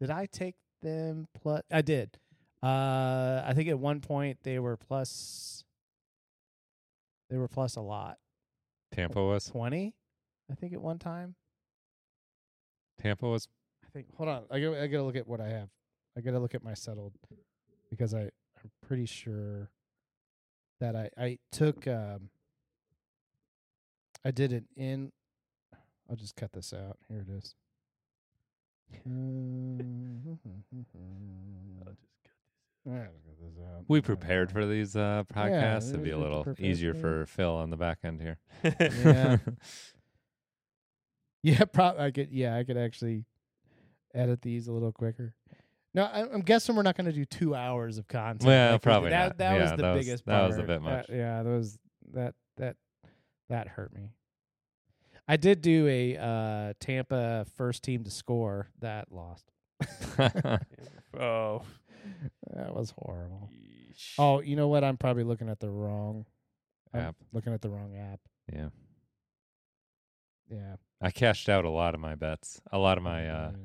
Did I take them plus? I did. Uh, I think at one point they were plus. They were plus a lot, Tampa was twenty, I think at one time. Tampa was I think. Hold on, I gotta, I gotta look at what I have. I gotta look at my settled because I I'm pretty sure that I I took um I did it in. I'll just cut this out. Here it is. I'll just cut we we prepared for these uh podcasts. It'd be a we little prepared easier for for Phil on the back end here. Yeah. Yeah, probably. I could. Yeah, I could actually edit these a little quicker. No, I, I'm guessing we're not going to do two hours of content. Well, we did. probably that. not. That was Yeah, the that was- biggest. that was a part. bit much. That- yeah, that was that that that hurt me. I did do a uh, Tampa first team to score that lost. this- Oh. That was horrible. yeesh. Oh, you know what? I'm probably looking at the wrong I'm App. Looking at the wrong app. yeah. Yeah. I cashed out a lot of my bets. A lot of my uh Yeah.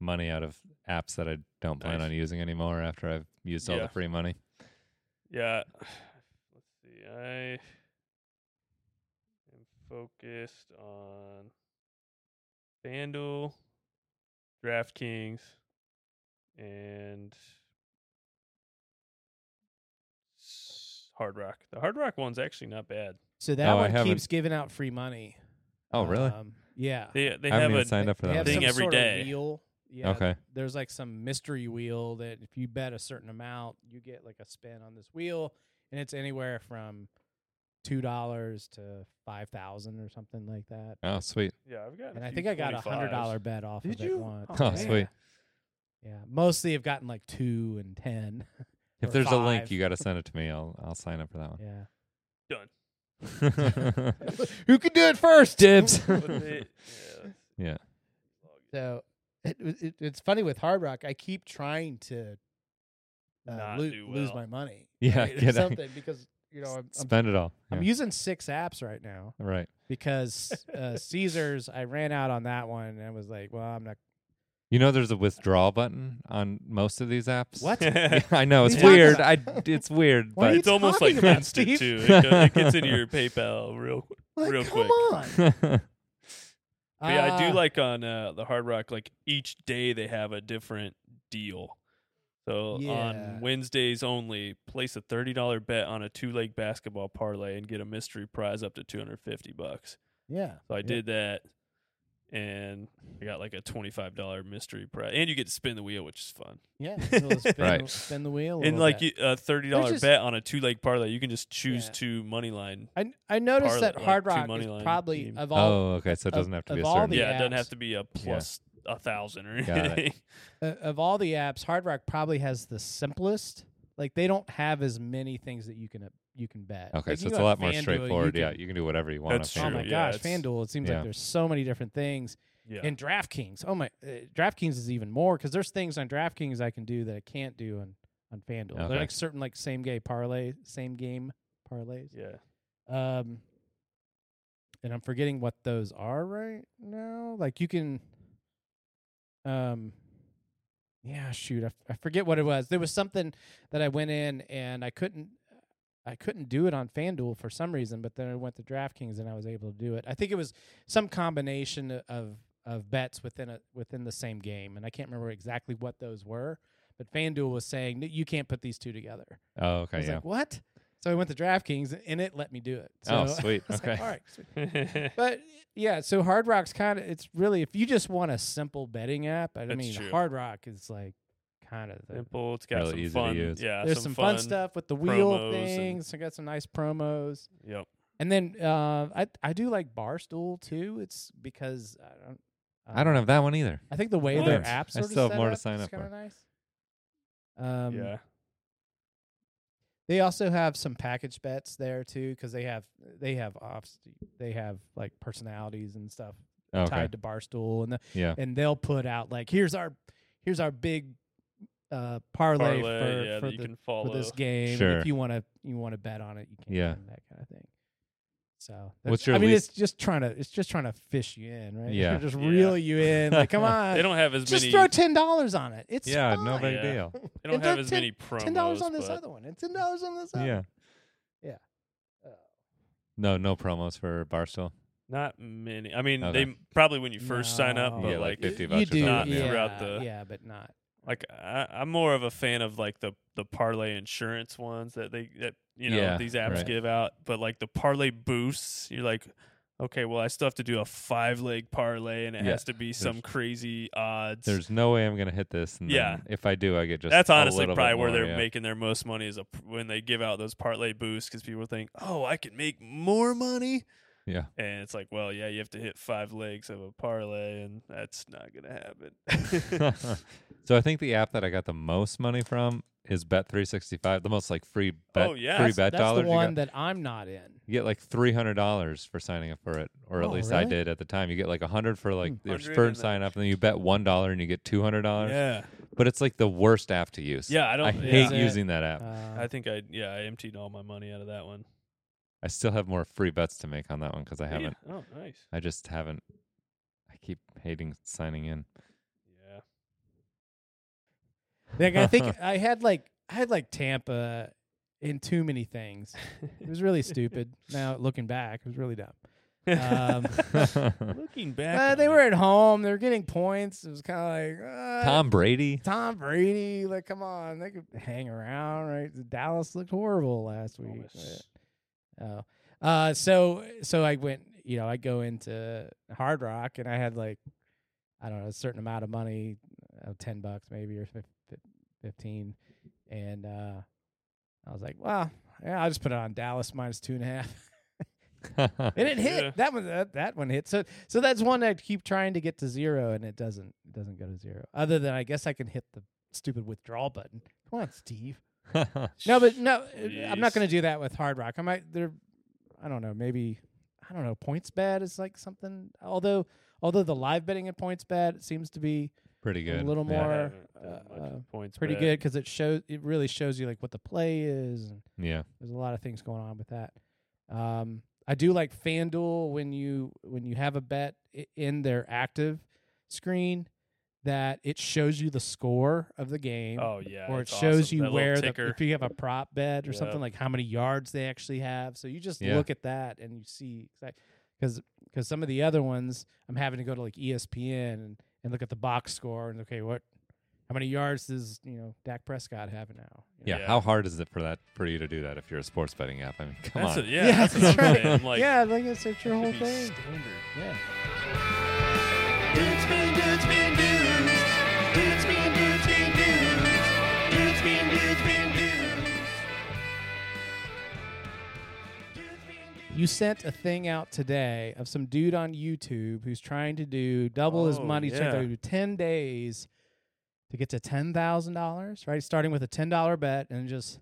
money out of apps that I don't plan Nice. on using anymore after I've used all Yeah. the free money. Yeah. Let's see. I am focused on FanDuel, DraftKings, and s- Hard Rock. The Hard Rock one's actually not bad. So that Oh, I one haven't- keeps giving out free money. Oh really? Um, yeah. They they I haven't have even a signed up for They have that one thing some yet. every sort of day. wheel. Yeah, Okay. There's like some mystery wheel that if you bet a certain amount, you get like a spin on this wheel, and it's anywhere from two dollars to five thousand or something like that. Oh sweet. yeah, I've got. And I think I got a hundred dollar bet off Did of it you? once. Oh, Oh man. sweet. Yeah, mostly I've gotten like two and ten. If or there's a link, five. you got to send it to me. I'll I'll sign up for that yeah. one. Who can do it first? Dibs. yeah. Yeah. let's- So it, it, it's funny with Hard Rock. I keep trying to uh, Not lo- do lose well. my money. Yeah, right, or get out. something because you know, I'm, I'm, Spend it all. I'm Yeah. using six apps right now right. because uh, Caesars, I ran out on that one and I was like, well, I'm not. You know, there's a withdrawal button on most of these apps. What? Yeah, I know it's What are you weird. I talking about? it's weird, Why are but it's almost like talking about, instant Steve? too. It, go- it gets into your PayPal real. quick. Like, Real come quick. on. But yeah, I Uh, do like on uh, the Hard Rock. Like each day they have a different deal. So Yeah. on Wednesdays only, place a thirty dollar bet on a two leg basketball parlay and get a mystery prize up to two hundred fifty bucks. Yeah. So I yeah. did that, and I got like a twenty five dollar mystery prize, and you get to spin the wheel, which is fun. Yeah. So let's spin, Right. spin the wheel. a and little like bit. you, a thirty dollar just- bet on a two leg parlay, you can just choose Yeah. to money line. I I noticed parlay- that like, Hard two Rock money is line probably team. of all oh, okay. So it of- doesn't have to be a of all certain. The yeah, it doesn't apps. have to be a plus a thousand or Got it. anything. uh, of all the apps, Hard Rock probably has the simplest. Like they don't have as many things that you can uh, you can bet. Okay, Like, so you go it's a on lot more FanDuel, you straightforward. yeah, can- you can do whatever you want. That's on oh true, my FanDuel. yeah, gosh, it's- FanDuel! It seems yeah. like there's so many different things. Yeah, And DraftKings, oh my, uh, DraftKings is even more because there's things on DraftKings I can do that I can't do on on FanDuel. Okay. They're like certain like same game parlay, same game parlays. yeah. Um, and I'm forgetting what those are right now. Like you can, um, yeah, shoot, I, f- I forget what it was. There was something that I went in and I couldn't, I couldn't do it on FanDuel for some reason. But then I went to DraftKings and I was able to do it. I think it was some combination o- of of bets within a within the same game, and I can't remember exactly what those were. But FanDuel was saying that you can't put these two together. Oh, I okay. was Yeah. like, what? So I went to DraftKings and it let me do it. So oh, sweet. I was Okay. like, all right. sweet." yeah, But yeah, so Hard Rock's kind of, it's really, if you just want a simple betting app, I That's mean, true. Hard Rock is like kind of the. simple. It's got Really some easy to fun. use. Yeah, There's some, fun, fun stuff with the wheel promos and- things. I got some nice promos. Yep. And then uh, I I do like Barstool too. It's because I don't um, I don't have that one either. I think the way their What? apps I are still have more to sign up kind for. of nice. Um, yeah, They also have some package bets there too, because they have they have ops, they have like personalities and stuff Okay. tied to Barstool, and the, Yeah. and they'll put out like here's our here's our big uh, parlay, parlay. for, yeah, for, that you the- can for follow. this game. and Sure. If you want to you want to bet on it, you can. Yeah. and that kind of thing. So that's, What's your I mean, least- it's just trying to it's just trying to fish you in, right? Yeah. just Yeah. reel you in. Like, come on, They don't have as just many. throw ten dollars on it. It's Yeah. fine. No big Yeah. deal. they don't and have throw as 10 many promos. Ten dollars on this but- other one, and ten dollars on this other. Yeah. Yeah. Uh, No, no promos for Barstool. Not many. I mean, Okay. they probably when you first sign up, No. but Yeah, like like 50 You bucks or do, something, yeah. yeah, throughout the- yeah, but not. Like I, I'm more of a fan of like the the parlay insurance ones that they that you know Yeah, these apps right. give out, but like the parlay boosts, you're like, okay, well I still have to do a five leg parlay, and it Yeah, has to be some there's- crazy odds. There's no way I'm gonna hit this. And Yeah. then If I do, I get just. That's a honestly little bit probably where more, they're yeah. making their most money is a, when they give out those parlay boosts because people think, oh, I can make more money. Yeah. And it's like, well, yeah, you have to hit five legs of a parlay, and that's not gonna happen. so I think the app that I got the most money from is Bet365, the most like free bet, Oh, yeah. free That's- bet That's dollars. the you one got. that I'm not in. You get like three hundred dollars for signing up for it, or at Oh, least I really? did at the time. You get like a hundred for like Hmm. your 100 and first then- sign up, and then you bet one dollar and you get two hundred dollars. yeah, But it's like the worst app to use. yeah, I don't. I yeah. hate Is it- using that app. Uh, I think I yeah I emptied all my money out of that one. I still have more free bets to make on that one because I haven't. Yeah. Oh, nice. I just haven't. I keep hating signing in. Yeah. like, I think I had like I had like Tampa in too many things. It was really stupid. Now looking back, it was really dumb. Um, Looking back, uh, on they it, were at home. They were getting points. It was kind of like uh, Tom Brady. Tom Brady. Like, come on, they could hang around, right? Dallas looked horrible last week. Almost. Oh. Uh so so I went, you know, I go into Hard Rock and I had like I don't know, a certain amount of money, uh, 10 bucks maybe or fif- fif- 15 and uh I was like, well, yeah, I'll just put it on Dallas minus two and a half. And it hit. Yeah. That one that, that one hit. So so that's one I keep trying to get to zero and it doesn't it doesn't go to zero. Other than I guess I can hit the stupid withdrawal button. Come on, Steve. No, but no, uh, I'm not Jeez. going to do that with Hard Rock. I might there. I don't know. Maybe I don't know. Points bet is like something. Although although the live betting at points bet seems to be Pretty good. a little Yeah. more. haven't done uh, much uh, points, Pretty but good because it shows. It really shows you like what the play is, and Yeah. there's a lot of things going on with that. Um, I do like FanDuel when you when you have a bet i- in their active screen that it shows you the score of the game. Oh yeah, or it it's shows awesome. you That little where the, ticker. if you have a prop bet or Yeah. something like how many yards they actually have. So you just Yeah. look at that and you see because because some of the other ones I'm having to go to like E ESPN and, and look at the box score and okay what how many yards does you know Dak Prescott have now? You know? yeah, Yeah. How hard is it for that for you to do that if you're a sports betting app? I mean, come That's on. a, yeah, Yeah, that's, that's what I'm right. saying. I'm like, yeah, like it's, it's your whole that should be thing. standard. Yeah. Dudes being dudes being dudes. Dudes being dudes being dudes. Dudes being dudes being dudes. Dudes being dudes. You sent a thing out today of some dude on YouTube who's trying to do double his Oh, money. He's trying yeah. to do 10 days to get to $10,000, right? Starting with a $10 bet and just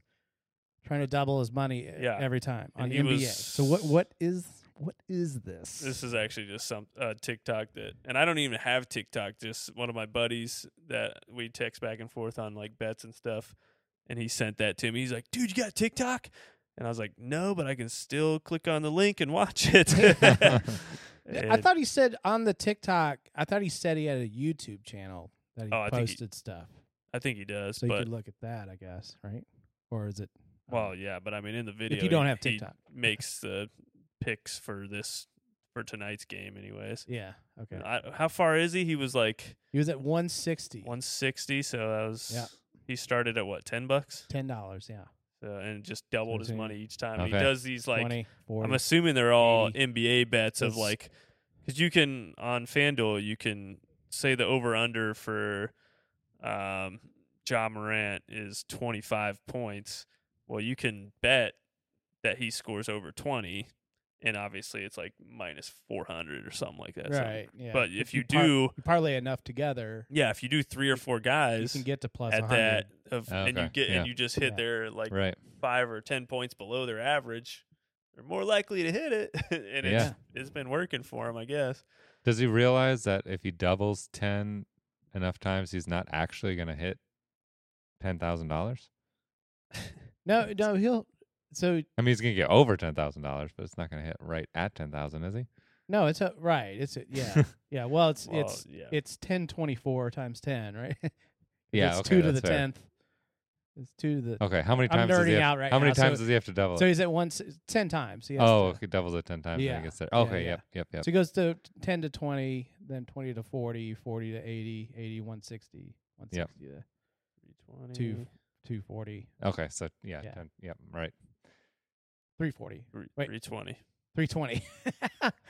trying to double his money e- Yeah. every time on And he NBA. was- so what what is what is this? This is actually just some uh, TikTok that, and I don't even have TikTok. Just one of my buddies that we text back and forth on like bets and stuff, and he sent that to me. He's like, "Dude, you got TikTok?" And I was like, "No, but I can still click on the link and watch it." I And- thought he said on the TikTok, I thought he said he had a YouTube channel that he Oh, I think he- posted stuff. I think he does, So you but could look at that, I guess, right? Or is it I don't know. well, yeah, but I mean, in the video, if you don't he- have he TikTok. makes the picks for this for tonight's game, anyways. Yeah. Okay. I, how far is he? He was like He was at 160. 160, so that was Yeah. he started at what 10 bucks? Ten dollars, yeah. So, and just doubled his Seventeen. money each time. He Okay. does these like 20, 40. I'm assuming they're all 80. NBA bets of That's- like because you can on FanDuel you can say the over under for um, John Morant is 25 points. Well, you can bet that he scores over 20, and obviously it's like minus 400 or something like that. So- right. Yeah. But if you par- do, you parlay enough together, yeah, if you do three or four you guys can get to plus at 100. that of and you Oh, Okay, get yeah. and you just hit Yeah. their like Right. five or ten points below their average, they're more likely to hit it, and it's it's been working for him, I guess. Does he realize that if he doubles ten enough times, he's not actually going to hit ten thousand dollars? No, no, he'll. So I mean, he's going to get over ten thousand dollars, but it's not going to hit right at ten thousand, is he? no, it's a, right. It's a, yeah, yeah. Well, it's Well, it's yeah, it's ten twenty four times ten, right? Yeah. it's okay, two to that's the fair. tenth. It's two to the. Okay. How many I'm times? does he nerding have, out right How many now, so- times does he have to double? So it? he's at once ten times. He has Oh, to, okay, doubles it ten times. And Yeah, he gets there. yeah, Okay. yeah. Yep. Yep. Yep. So he goes to t- ten to twenty, then twenty to 40, 40 to 80, 80, 160, 160 to 320, 240, Okay. So yeah. Yeah. 10, yep. Right. 340, three- wait. 320.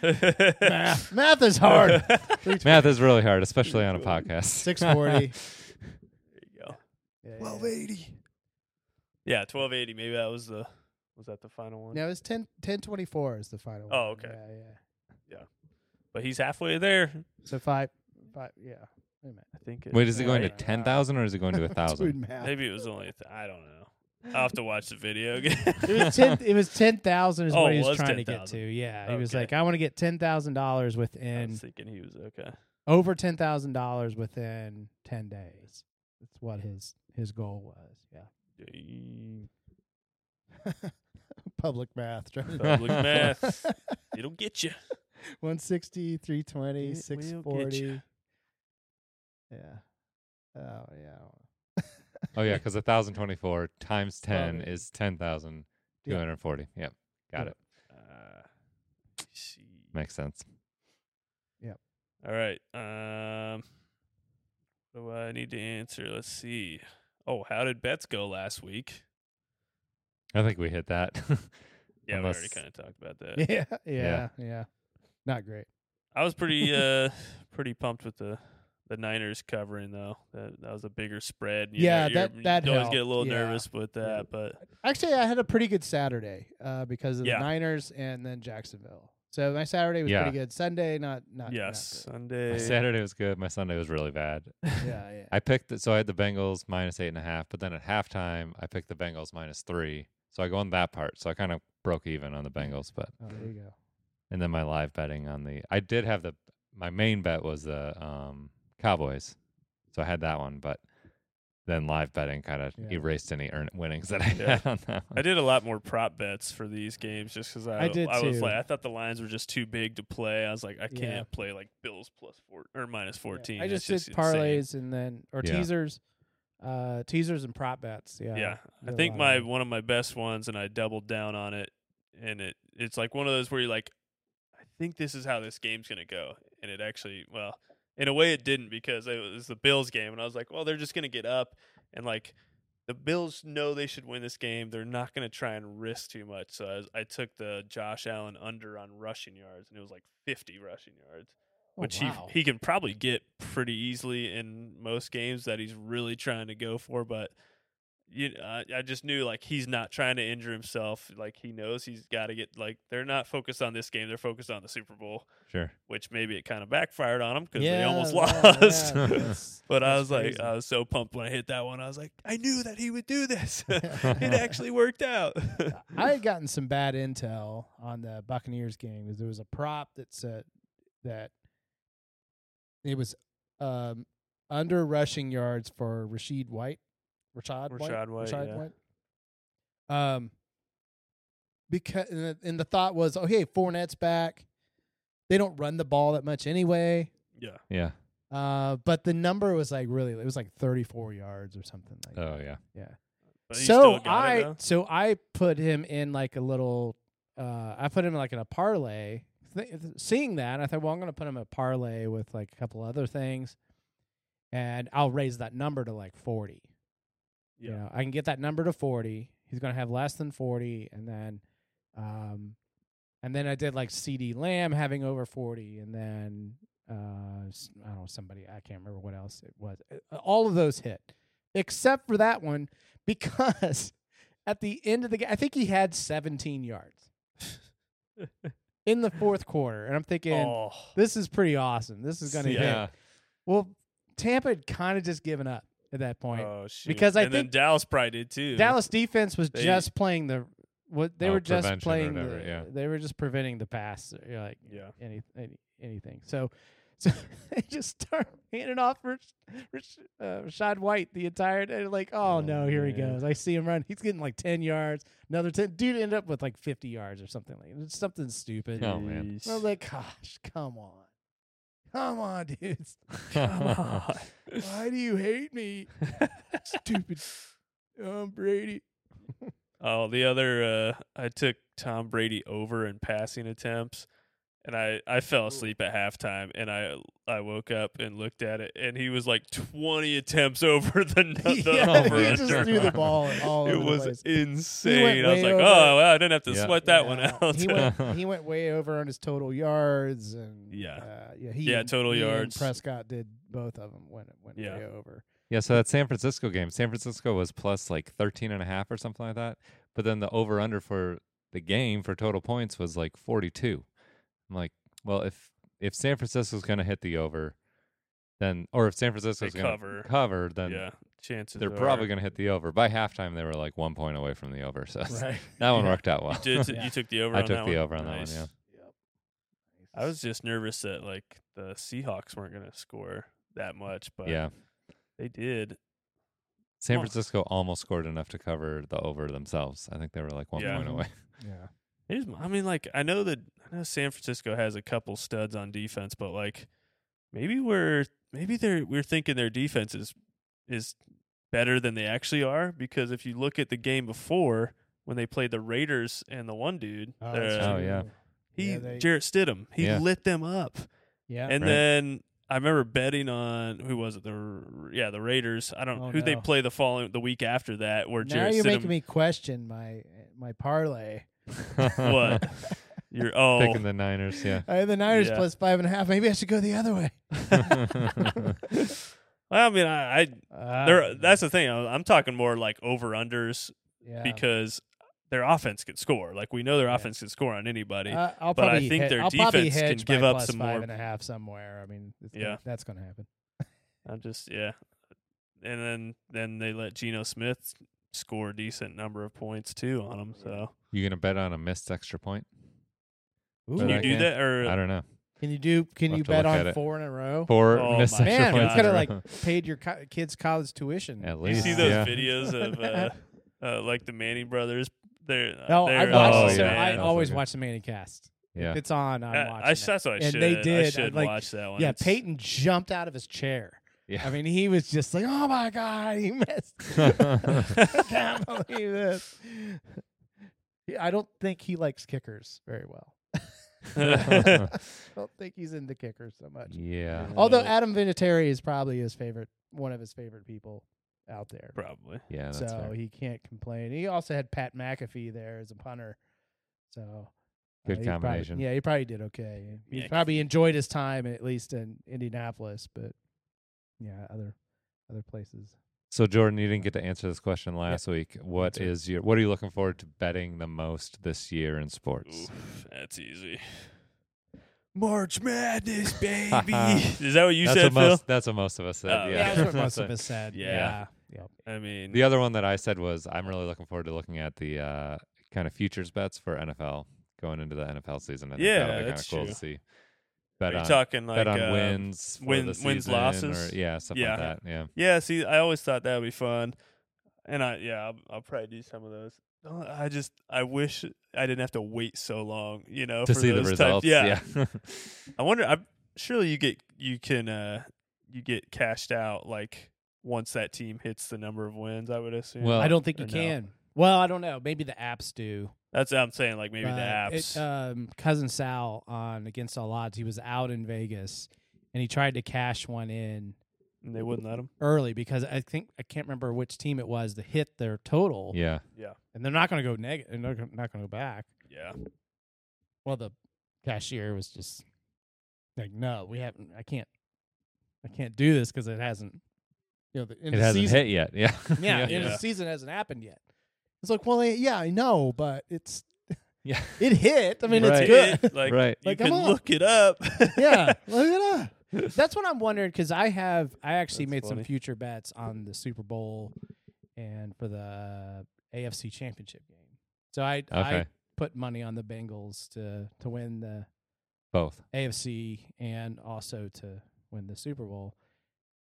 320. math. math is hard. there you Math is really hard, especially on a podcast. 640. go. Yeah, Twelve eighty. Yeah, twelve eighty. Maybe that was the was that the final one? No, it's 10, 1024 is the final. one. Oh, okay. Yeah, yeah. But he's halfway there. So five, five, yeah. Wait a minute. I think. It, Wait, is it going to Right. ten thousand or is it going to a thousand? Dude, math. Maybe it was only. A th- I don't know. I'll have to watch the video again. It was ten. It was ten thousand is Oh, what he it was, was trying to get 10,000. to. Yeah, he was Okay. like, I want to get ten thousand dollars I within was thinking he was okay. over ten thousand dollars within ten days. That's what his his goal was. Yeah. Public math. Public math. It'll get you. 160, 320, It will get 640. ya. Yeah. Oh, yeah. Oh yeah, because thousand twenty-four times ten Probably. is ten thousand two hundred forty. Yep, got Yeah. it. Uh, see. Makes sense. All right. Um, what do I need to answer? Let's see. Oh, how did bets go last week? I think we hit that. Yeah, we already Unless- kind of talked about that. Yeah. Yeah. Yeah. Yeah. Not great. I was pretty uh pretty pumped with the the Niners covering though. That that was a bigger spread. You know, Yeah, you're- that- that you always get a helped, little yeah. nervous with that, but Actually, I had a pretty good Saturday uh, because of Yeah. the Niners and then Jacksonville. So my Saturday was Yeah. pretty good. Sunday, not not. not yes, great. My Sunday. Saturday was good. My Sunday was really bad. yeah. Yeah. I picked it, so I had the Bengals minus eight and a half, but then at halftime I picked the Bengals minus three. So I go on that part. So I kind of broke even on the Bengals, but Oh, there you go. and then my live betting on the I did have the my main bet was the um Cowboys So I had that one, but then live betting kind of Yeah. erased any earn- winnings that I Yeah. had on that one. I did a lot more prop bets for these games just because I, I did I was too. like I thought the lines were just too big to play. I was like I Yeah. can't play like Bills plus four or minus Yeah, fourteen. I That's just did insane. parlays and then or Yeah. teasers, uh, teasers and prop bets. Yeah, Yeah, I did a think lot my of one of my best ones, and I doubled down on it. And it it's like one of those where you're like, I think this is how this game's gonna go, and it actually well, in a way it didn't because it was the Bills game, and I was like, well, they're just gonna get up, and like the Bills know they should win this game. They're not gonna try and risk too much. So I, was- I took the Josh Allen under on rushing yards, and it was like 50 rushing yards Oh, which wow. he he can probably get pretty easily in most games that he's really trying to go for. But you, I, I just knew like he's not trying to injure himself. Like he knows he's got to get like they're not focused on this game. They're focused on the Super Bowl, Sure. which maybe it kind of backfired on him because they almost Yeah, yeah, lost. yeah, that's- But I that's was crazy. like, uh, I was so pumped when I hit that one. I was like, I knew that he would do this. it actually worked out. I had gotten some bad intel on the Buccaneers game because there was a prop that said that it was um, under rushing yards for Rashid White, Rashad, Rashad White, Rashad yeah. White. Um, because and the, and the thought was, oh hey, Fournette's back. They don't run the ball that much anyway. yeah, Yeah. Uh, but the number was like really, it was like 34 yards or something like that. Oh yeah. But he So still got it, I though. so I put him in like a little uh I put him in like in a parlay. Th- seeing that, I thought, well, I'm going to put him in a parlay with like a couple other things, and I'll raise that number to like 40. You Yeah. know, I can get that number to 40. He's going to have less than 40, and then, um, and then I did like C.D. Lamb having over 40, and then uh, s- I don't know somebody I can't remember what else it was. Uh, All of those hit except for that one because at the end of the game, I think he had 17 yards in the fourth quarter, and I'm thinking oh, this is pretty awesome. This is going to Yeah. hit. Well, Tampa had kind of just given up at that point. oh, shoot. Because I and then think- Dallas probably did too. Dallas defense was They- just playing the what they Oh, were just prevention or playing. whatever, the, yeah. They were just preventing the pass, uh, you're like Yeah. any, any anything. So, so they just start handing off for Rash, uh, Rashad White the entire day. Like, oh, Oh, no, here he man. goes. I see him run. He's getting like ten yards, another ten. Dude ended up with like fifty yards or something like it's something stupid. Oh, man. And I was like, gosh, come on, come on, dudes. Why do you hate me, stupid? Um, Brady. Oh, the other uh, I took Tom Brady over in passing attempts, and I I fell asleep at halftime, and I I woke up and looked at it, and he was like twenty attempts over the, n- the yeah, over he just under. threw the ball all It over was the place. insane. I was way like, over. oh, well, I didn't have to Yeah. sweat that one Yeah. out. He went, he went way over on his total yards and Yeah. uh, yeah, he Yeah, and- total he and yards. Prescott did both of them. Went went Yeah. way over. Yeah, so that San Francisco game, San Francisco was plus like 13 and a half or something like that. But then the over under for the game for total points was like 42. I'm like, well, if if San Francisco's going to hit the over, then or if San Francisco's They going to cover. cover, then yeah, chances they're are. probably going to hit the over. By halftime they were like 1 point away from the over. So Right. that one Yeah. worked out well. You, did, Yeah. you took the over. I on took that the one? over on that one, Nice. yeah. I was just nervous that like the Seahawks weren't going to score that much, but yeah. they did. San Huh. Francisco almost scored enough to cover the over themselves. I think they were like 1 Yeah. point away. yeah. Here's, m- I mean, like I know that I know San Francisco has a couple studs on defense, but like maybe we're maybe they're we're thinking their defense is is better than they actually are because if you look at the game before when they played the Raiders and the one dude, that's uh, Oh, true. yeah. he Yeah, they- Jarrett Stidham, he Yeah. lit them up. yeah. And Right. then I remember betting on who was it? The R- yeah, the Raiders. I don't Oh, who they no. play the following the week after that where now Jarrett you're Stidham making me question my my parlay. What? you're oh Picking the Niners, yeah. I had Uh, the Niners Yeah. plus five and a half. Maybe I should go the other way. Well, I mean, I, I Uh, They're, that's the thing. I- I'm talking more like over unders yeah. because their offense could score. Like we know their Yeah. offense can score on anybody. Uh, I'll but I probably think hit- their I'll probably defense can hedge give my up plus some five more- and a half somewhere. I mean, it's Yeah. gonna, that's going to happen. I'm just yeah. And then then they let Geno Smith s- score a decent number of points too on him. So you gonna bet on a missed extra point? Ooh. But can I you do can't- that or I don't know. Can you do? Can We'll you have to bet look on at it. four in a row? Four Oh missed my extra Man, we points. could have in a like row. paid your co- kids' college tuition. At You least, see those yeah. videos of uh, uh, like the Manny brothers? They're uh, No, they're I watched. Oh, so yeah, I yeah. always Okay. watch the Manny Cast. yeah. It's on. I'm Uh, I, watching. I, it. that's what I And should. they I did, uh, should like- watch that one. yeah, It's- Peyton jumped out of his chair. yeah. I mean, he was just like, "Oh my god, he missed! I can't believe this." Yeah, I don't think he likes kickers very well. I don't think he's into kickers so much. yeah. Although No. Adam Vinatieri is probably his favorite, one of his favorite people out there. Probably. Yeah. That's so fair. he can't complain. He also had Pat McAfee there as a punter. So uh, Good he probably- combination. yeah, he probably did okay. He Yeah, probably enjoyed his time at least in Indianapolis, but yeah, other other places. So Jordan, you didn't get to answer this question last week. What That's right. is your what are you looking forward to betting the most this year in sports? Oof, that's easy. March Madness, baby. Is that what you that's said, what Phil? most that's what most of us said. Oh, yeah. yeah, that's what most of So- us said. Yeah. yeah. Yep. I mean, The other one that I said was I'm really looking forward to looking at the uh, kind of futures bets for NFL going into the NFL season. I think Yeah, that'll be kind that's of cool true. to see. are Bet you on, talking like bet on uh, wins, for the win- wins, season losses? or, yeah, stuff Yeah. like that. Yeah, Yeah, see, I always thought that would be fun, and I yeah, I'll, I'll probably do some of those. Oh, I just I wish I didn't have to wait so long, you know, to for see the those types- results. Yeah. yeah. I wonder. I surely you get you can uh you get cashed out like once that team hits the number of wins. Uh, I would assume. Well, I don't think you or no? can. Well, I don't know. Maybe the apps do. that's what I'm saying. Like maybe the but it- apps. um, cousin Sal on Against All Odds, he was out in Vegas and he tried to cash one in and they wouldn't let them. early because I think I can't remember which team it was that hit their total, yeah, and they're not going to go negative. They're not going to go back. Yeah. Well, the cashier was just like, "No, we haven't. I can't. I can't do this because it hasn't. You know, the, in it the hasn't season, hit yet. Yeah, Yeah, yeah, in Yeah. the season hasn't happened yet. It's like, well, eh, yeah, I know, but it's yeah. it hit. I mean, Right. it's good. It- like Right. you Like, come can on. look it up. yeah, look it up. That's what I'm wondering because I have I actually That's made funny. some future bets on the Super Bowl and for the AFC Championship game. So I I Okay. put money on the Bengals to to win the Both. AFC and also to win the Super Bowl.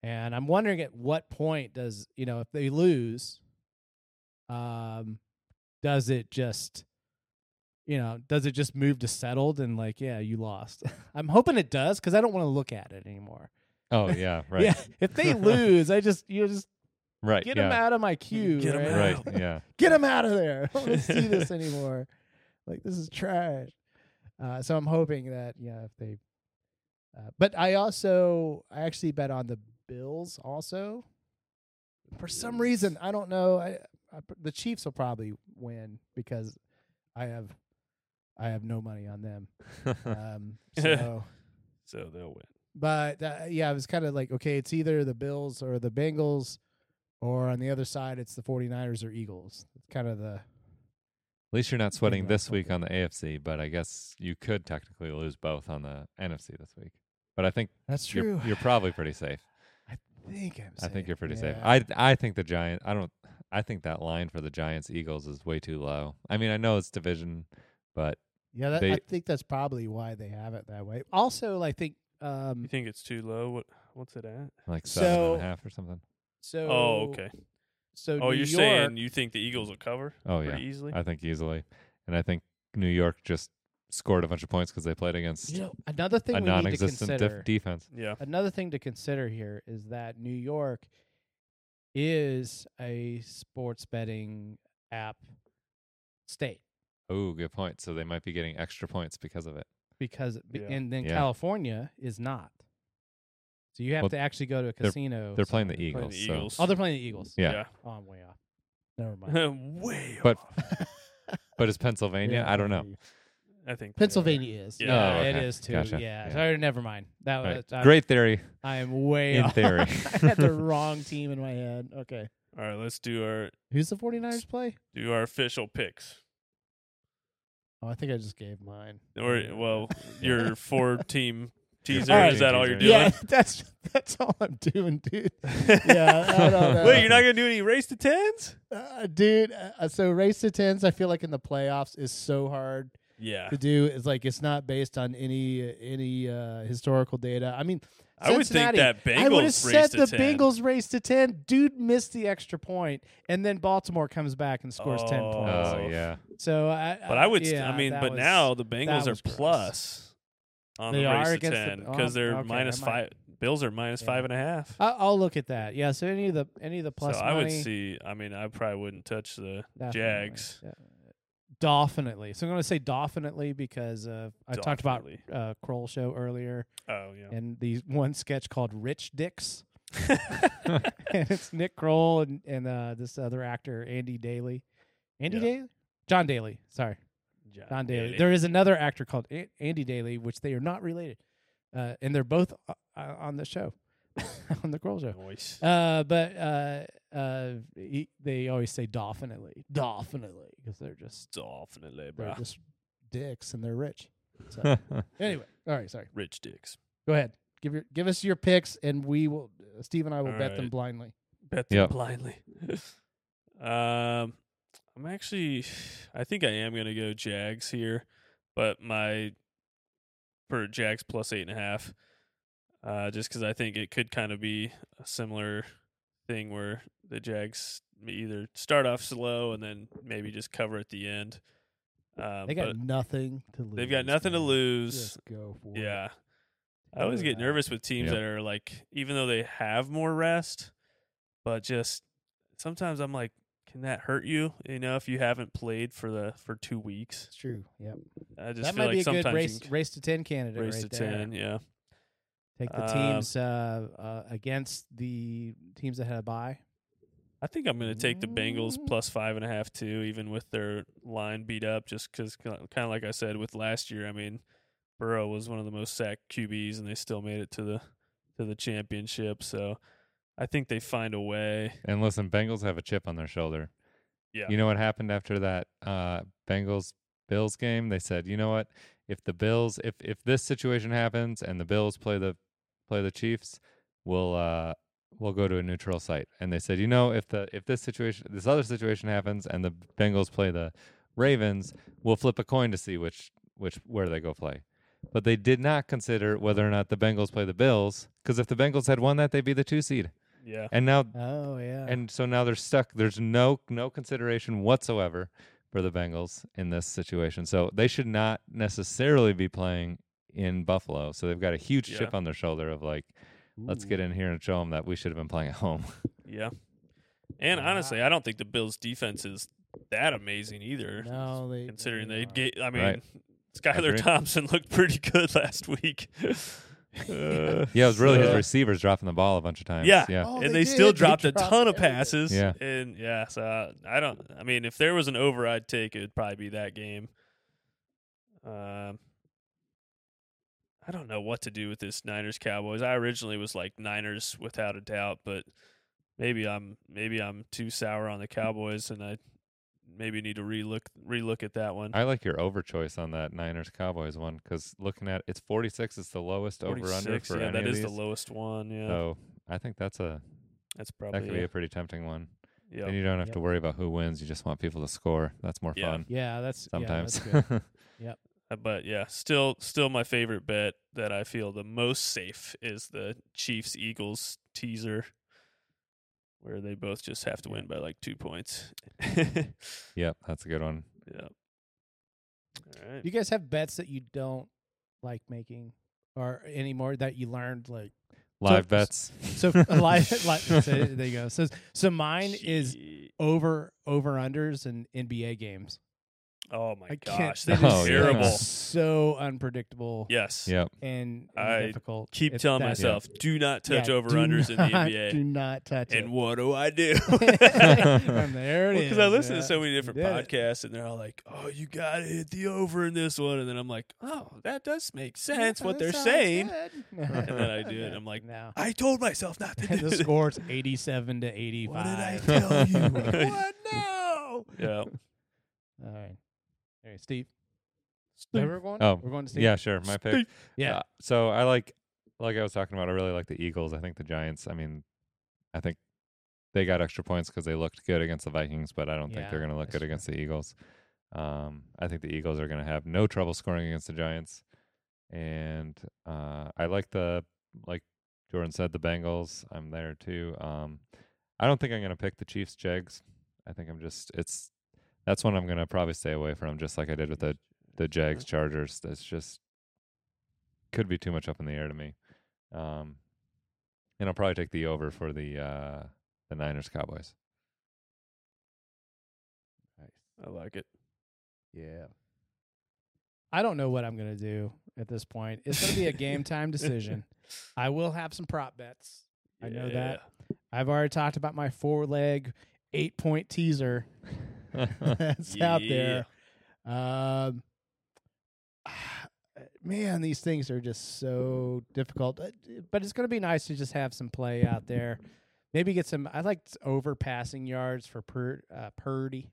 And I'm wondering at what point does you know if they lose, um, does it just you know does it just move to settled and like yeah you lost? I'm hoping it does because I don't want to look at it anymore. Oh yeah, right, Yeah, if they lose, I just you just right. get yeah. them out of my queue. Get 'em right? Right. Yeah. get him out of there. I don't want to see this anymore. Like this is trash. Uh, so I'm hoping that yeah, if they. Uh, but I also I actually bet on the Bills also. For some reason I don't know. I, I the Chiefs will probably win because I have I have no money on them. Um, so. so they'll win. But uh, yeah, I was kind of like, okay, it's either the Bills or the Bengals, or on the other side, it's the 49ers or Eagles. It's kind of the At least you're not sweating about this week on the AFC, but I guess you could technically lose both on the NFC this week. But I think that's you're, you're probably pretty safe. I think I'm. I think you're pretty safe. Yeah. I I think the Giant. I don't. I think that line for the Giants Eagles is way too low. I mean, I know it's division, but yeah, that, I they- think that's probably why they have it that way. Also, I think You um, think it's too low? What what's it at? like seven and So- a half or something. so. oh, okay. So Oh, New you're York, saying you think the Eagles will cover Oh yeah, pretty easily? I think easily, and I think New York just scored a bunch of points because they played against you know, another thing a we need to non-existent consider. def- defense. yeah. another thing to consider here is that New York is a sports betting app state Oh, good point. So they might be getting extra points because of it. because, Yeah. and then Yeah. California is not. So you have Well, to actually go to a they're- casino. They're playing the somewhere. Eagles. the so- Eagles. Oh, they're playing the Eagles. Yeah. Oh, I'm way off. Never mind. Way But- off. But is Pennsylvania? Yeah, I don't know. maybe. I think they are. Pennsylvania is. Yeah. Yeah, Oh, okay. it is too. Gotcha. Yeah. Yeah. Sorry, never mind. That All was right. Oh, I- Great theory. I am way in off. theory. I had the wrong team in my head. Okay. All right, let's do our Who's the 49ers play? do our official picks. Oh, I think I just gave mine. Or Mm. well, your four team teaser. four Is team that all you're teaser. doing? Yeah, that's that's all I'm doing, dude. Yeah, I don't know. Wait, you're not gonna do any race to tens? Uh, dude, uh, so race to tens, I feel like in the playoffs is so hard Yeah. to do is like it's not based on any any uh, historical data. I mean, I would think Cincinnati, that I would have Bengals said race the to 10. Bengals race to ten. Dude missed the extra point, and then Baltimore comes back and scores ten Oh. points. Oh Oh. yeah. So I, But I would. st- yeah, I mean, that but was- now the Bengals are was gross. plus on They the are race to against the- ten oh, because they're okay, minus I might- five. Bills are minus Yeah. five and a half. I- I'll look at that. Yeah. So any of the any of the Uh, plus so I would money, see. I mean, I probably wouldn't touch the definitely. Jags. Yeah. Definitely. So I'm going to say definitely because uh, I talked about Definitely. uh, Kroll show earlier Oh yeah. and the one sketch called Rich Dicks. and it's Nick Kroll and, and uh, this other actor, Andy Daly. Andy Yeah. Daly? John Daly. Sorry. John, John Daly. Daly. There is another actor called A- Andy Daly, which they are not related. Uh, and they're both uh, uh, on the show, on the Kroll show. Nice. Uh, but uh, uh, he, they always say definitely, definitely, because they're just Definitely, they're bro. just dicks and they're rich. So anyway, all right, sorry. Rich dicks. Go ahead. Give your give us your picks, and we will. uh, Steve and I will All bet them right. blindly. Bet them Yep. blindly. um, I'm actually, I think I am gonna go Jags here, but my for Jags plus eight and a half, uh, just because I think it could kind of be a similar thing where the Jags may either start off slow and then maybe just cover at the end. Um, They got nothing to lose. they've got nothing to man. lose. Just go for it. Yeah. I Figure always it get out. nervous with teams Yep. that are like, even though they have more rest, but just sometimes I'm like, can that hurt you? You know, if you haven't played for the for two weeks, it's true. Yep, I just that feel might like be a sometimes good you race can race to ten candidate. race right to there. ten. Yeah, Take the Um, teams uh, uh, against the teams that had a bye. I think I'm going to take the Bengals Mm. plus five and a half too, even with their line beat up. Just because, kind of like I said with last year, I mean, Burrow was one of the most sacked QBs, and they still made it to the to the championship. So I think they find a way. and listen, Bengals have a chip on their shoulder. Yeah. You know what happened after that uh, Bengals Bills game? They said, you know what? If the Bills, if if this situation happens and the Bills play the play the Chiefs, we'll uh, we'll go to a neutral site. And they said, you know, if the if this situation this other situation happens and the Bengals play the Ravens, we'll flip a coin to see which which where they go play. But they did not consider whether or not the Bengals play the Bills, because if the Bengals had won that, they'd be the two seed. Yeah. And now Oh yeah, Uh. and so now they're stuck. There's no no consideration whatsoever for the Bengals in this situation. So they should not necessarily be playing in Buffalo. So they've got a huge chip Yeah. on their shoulder of like, let's get in here and show them that we should have been playing at home. Yeah. And Uh, honestly, I don't think the Bills defense is that amazing either. No, they Considering they they are. get I mean Right. Skylar Agreed. Thompson looked pretty good last week. Uh, yeah, it was really his so- receivers dropping the ball a bunch of times. Yeah. yeah, Oh, and they they, still did. They dropped a dropped ton of everything. passes. Yeah. And yeah, so I, I don't I mean if there was an over I'd take it would probably be that game. Um I don't know what to do with this Niners Cowboys. I originally was like Niners without a doubt, but maybe I'm maybe I'm too sour on the Hmm. Cowboys and I maybe need to relook relook at that one. I like your over choice on that Niners Cowboys one because looking at it's 46. It's the lowest over under 46, for yeah, any that of is these. the lowest one. Yeah, So I think that's a that's that could probably be a it. pretty tempting one. yeah. And you don't have Yep. to worry about who wins. You just want people to score. That's more Yeah. fun. Yeah, that's yeah, that's Sometimes. good. Uh, But yeah, still still my favorite bet that I feel the most safe is the Chiefs Eagles teaser, where they both just have to Yeah. win by like two points. yeah. Yep, that's a good one. All right. you guys have bets that you don't like making or anymore that you learned like Live s- bets. so uh, live like so there you go. So so mine is Gee. over over unders and NBA games. oh my I can't gosh, they that just is Oh, yeah. terrible. seem So unpredictable Yes. Yep. and, and I difficult. Keep It's telling that- myself, do not yeah, touch do over unders in the not- Do NBA. not touch And it. what do I do? and there it is. because I listen yeah. to so many different You did it. podcasts, and they're all like, "Oh, you gotta hit the over in this one," and then I'm like, "Oh, that does make sense what they're Sounds saying." good. And then I do it, and I'm like, no. I told myself not to And do the this. score's 87 to 85. What did I tell you? what? No. Yeah, All right. All right, Steve. Steve. Where we're going? Oh, we're going to Steve. Yeah, sure. My pick. Yeah. Uh, so I like, like I was talking about, I really like the Eagles. I think the Giants, I mean, I think they got extra points because they looked good against the Vikings, but I don't think Yeah, they're going to look that's good true. against the Eagles. Um, I think the Eagles are going to have no trouble scoring against the Giants, and uh, I like the like Jordan said the Bengals. I'm there too. Um, I don't think I'm going to pick the Chiefs. Jags. I think I'm just it's that's one I'm going to probably stay away from, just like I did with the the Jags Chargers. That's just could be too much up in the air to me. Um, and I'll probably take the over for the uh, the Niners Cowboys. I like it. Yeah. I don't know what I'm going to do at this point. It's going to be a game time decision. I will have some prop bets. I know that. I've already talked about my four leg eight point teaser that's out there. Um, man, these things are just so difficult. Uh, d- But it's going to be nice to just have some play out there. Maybe get some. I like over passing yards for Pur, uh, Purdy,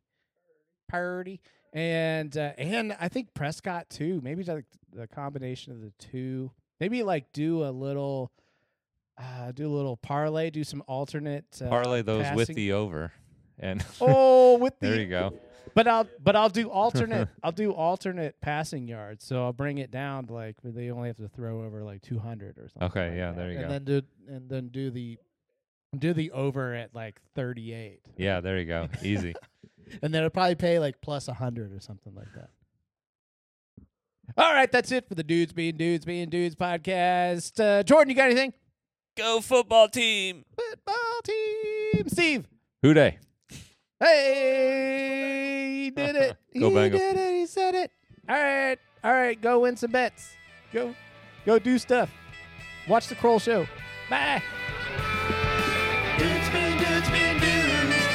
Purdy, and uh, and I think Prescott too. Maybe just like the combination of the two. Maybe like do a little, uh, do a little parlay. Do some alternate uh, Parlay those with passing- the over, and Oh, with the there you go. but I'll but I'll do alternate I'll do alternate passing yards. So I'll bring it down to like where they only have to throw over like two hundred or something. Okay, like that. yeah, Oh, there you and go. then do and then do the do the over at like thirty eight. Yeah, there you go. Easy. And then it'll probably pay like plus a hundred or something like that. All right, that's it for the Dudes Being Dudes Being Dudes podcast. Uh, Jordan, you got anything? Go football team. Football team. Steve. Who day? Hey, he did it. Go he Bengals. did it. He said it. All right. All right. Go win some bets. Go. Go do stuff. Watch the Kroll show. Bye. Dudes being dudes being dudes.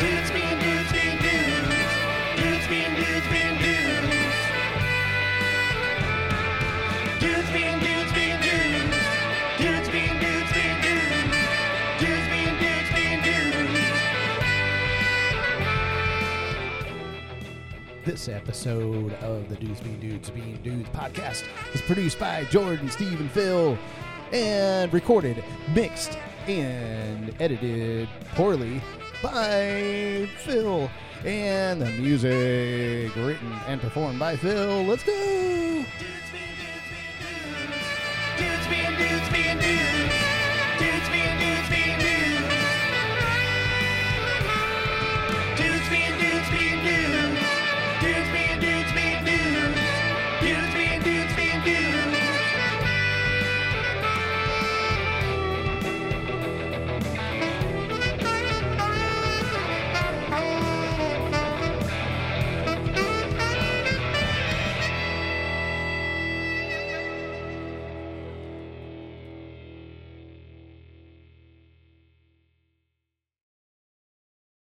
Dudes being dudes being dudes. Dudes being dudes being dudes. Dudes being dudes being dudes. Dudes being dudes being dudes. Dudes being dudes being dudes. This episode of the Dudes Being Dudes Being Dudes podcast is produced by Jordan, Steve, and Phil, and recorded, mixed, and edited poorly by Phil. And the music written and performed by Phil. Let's go! Dudes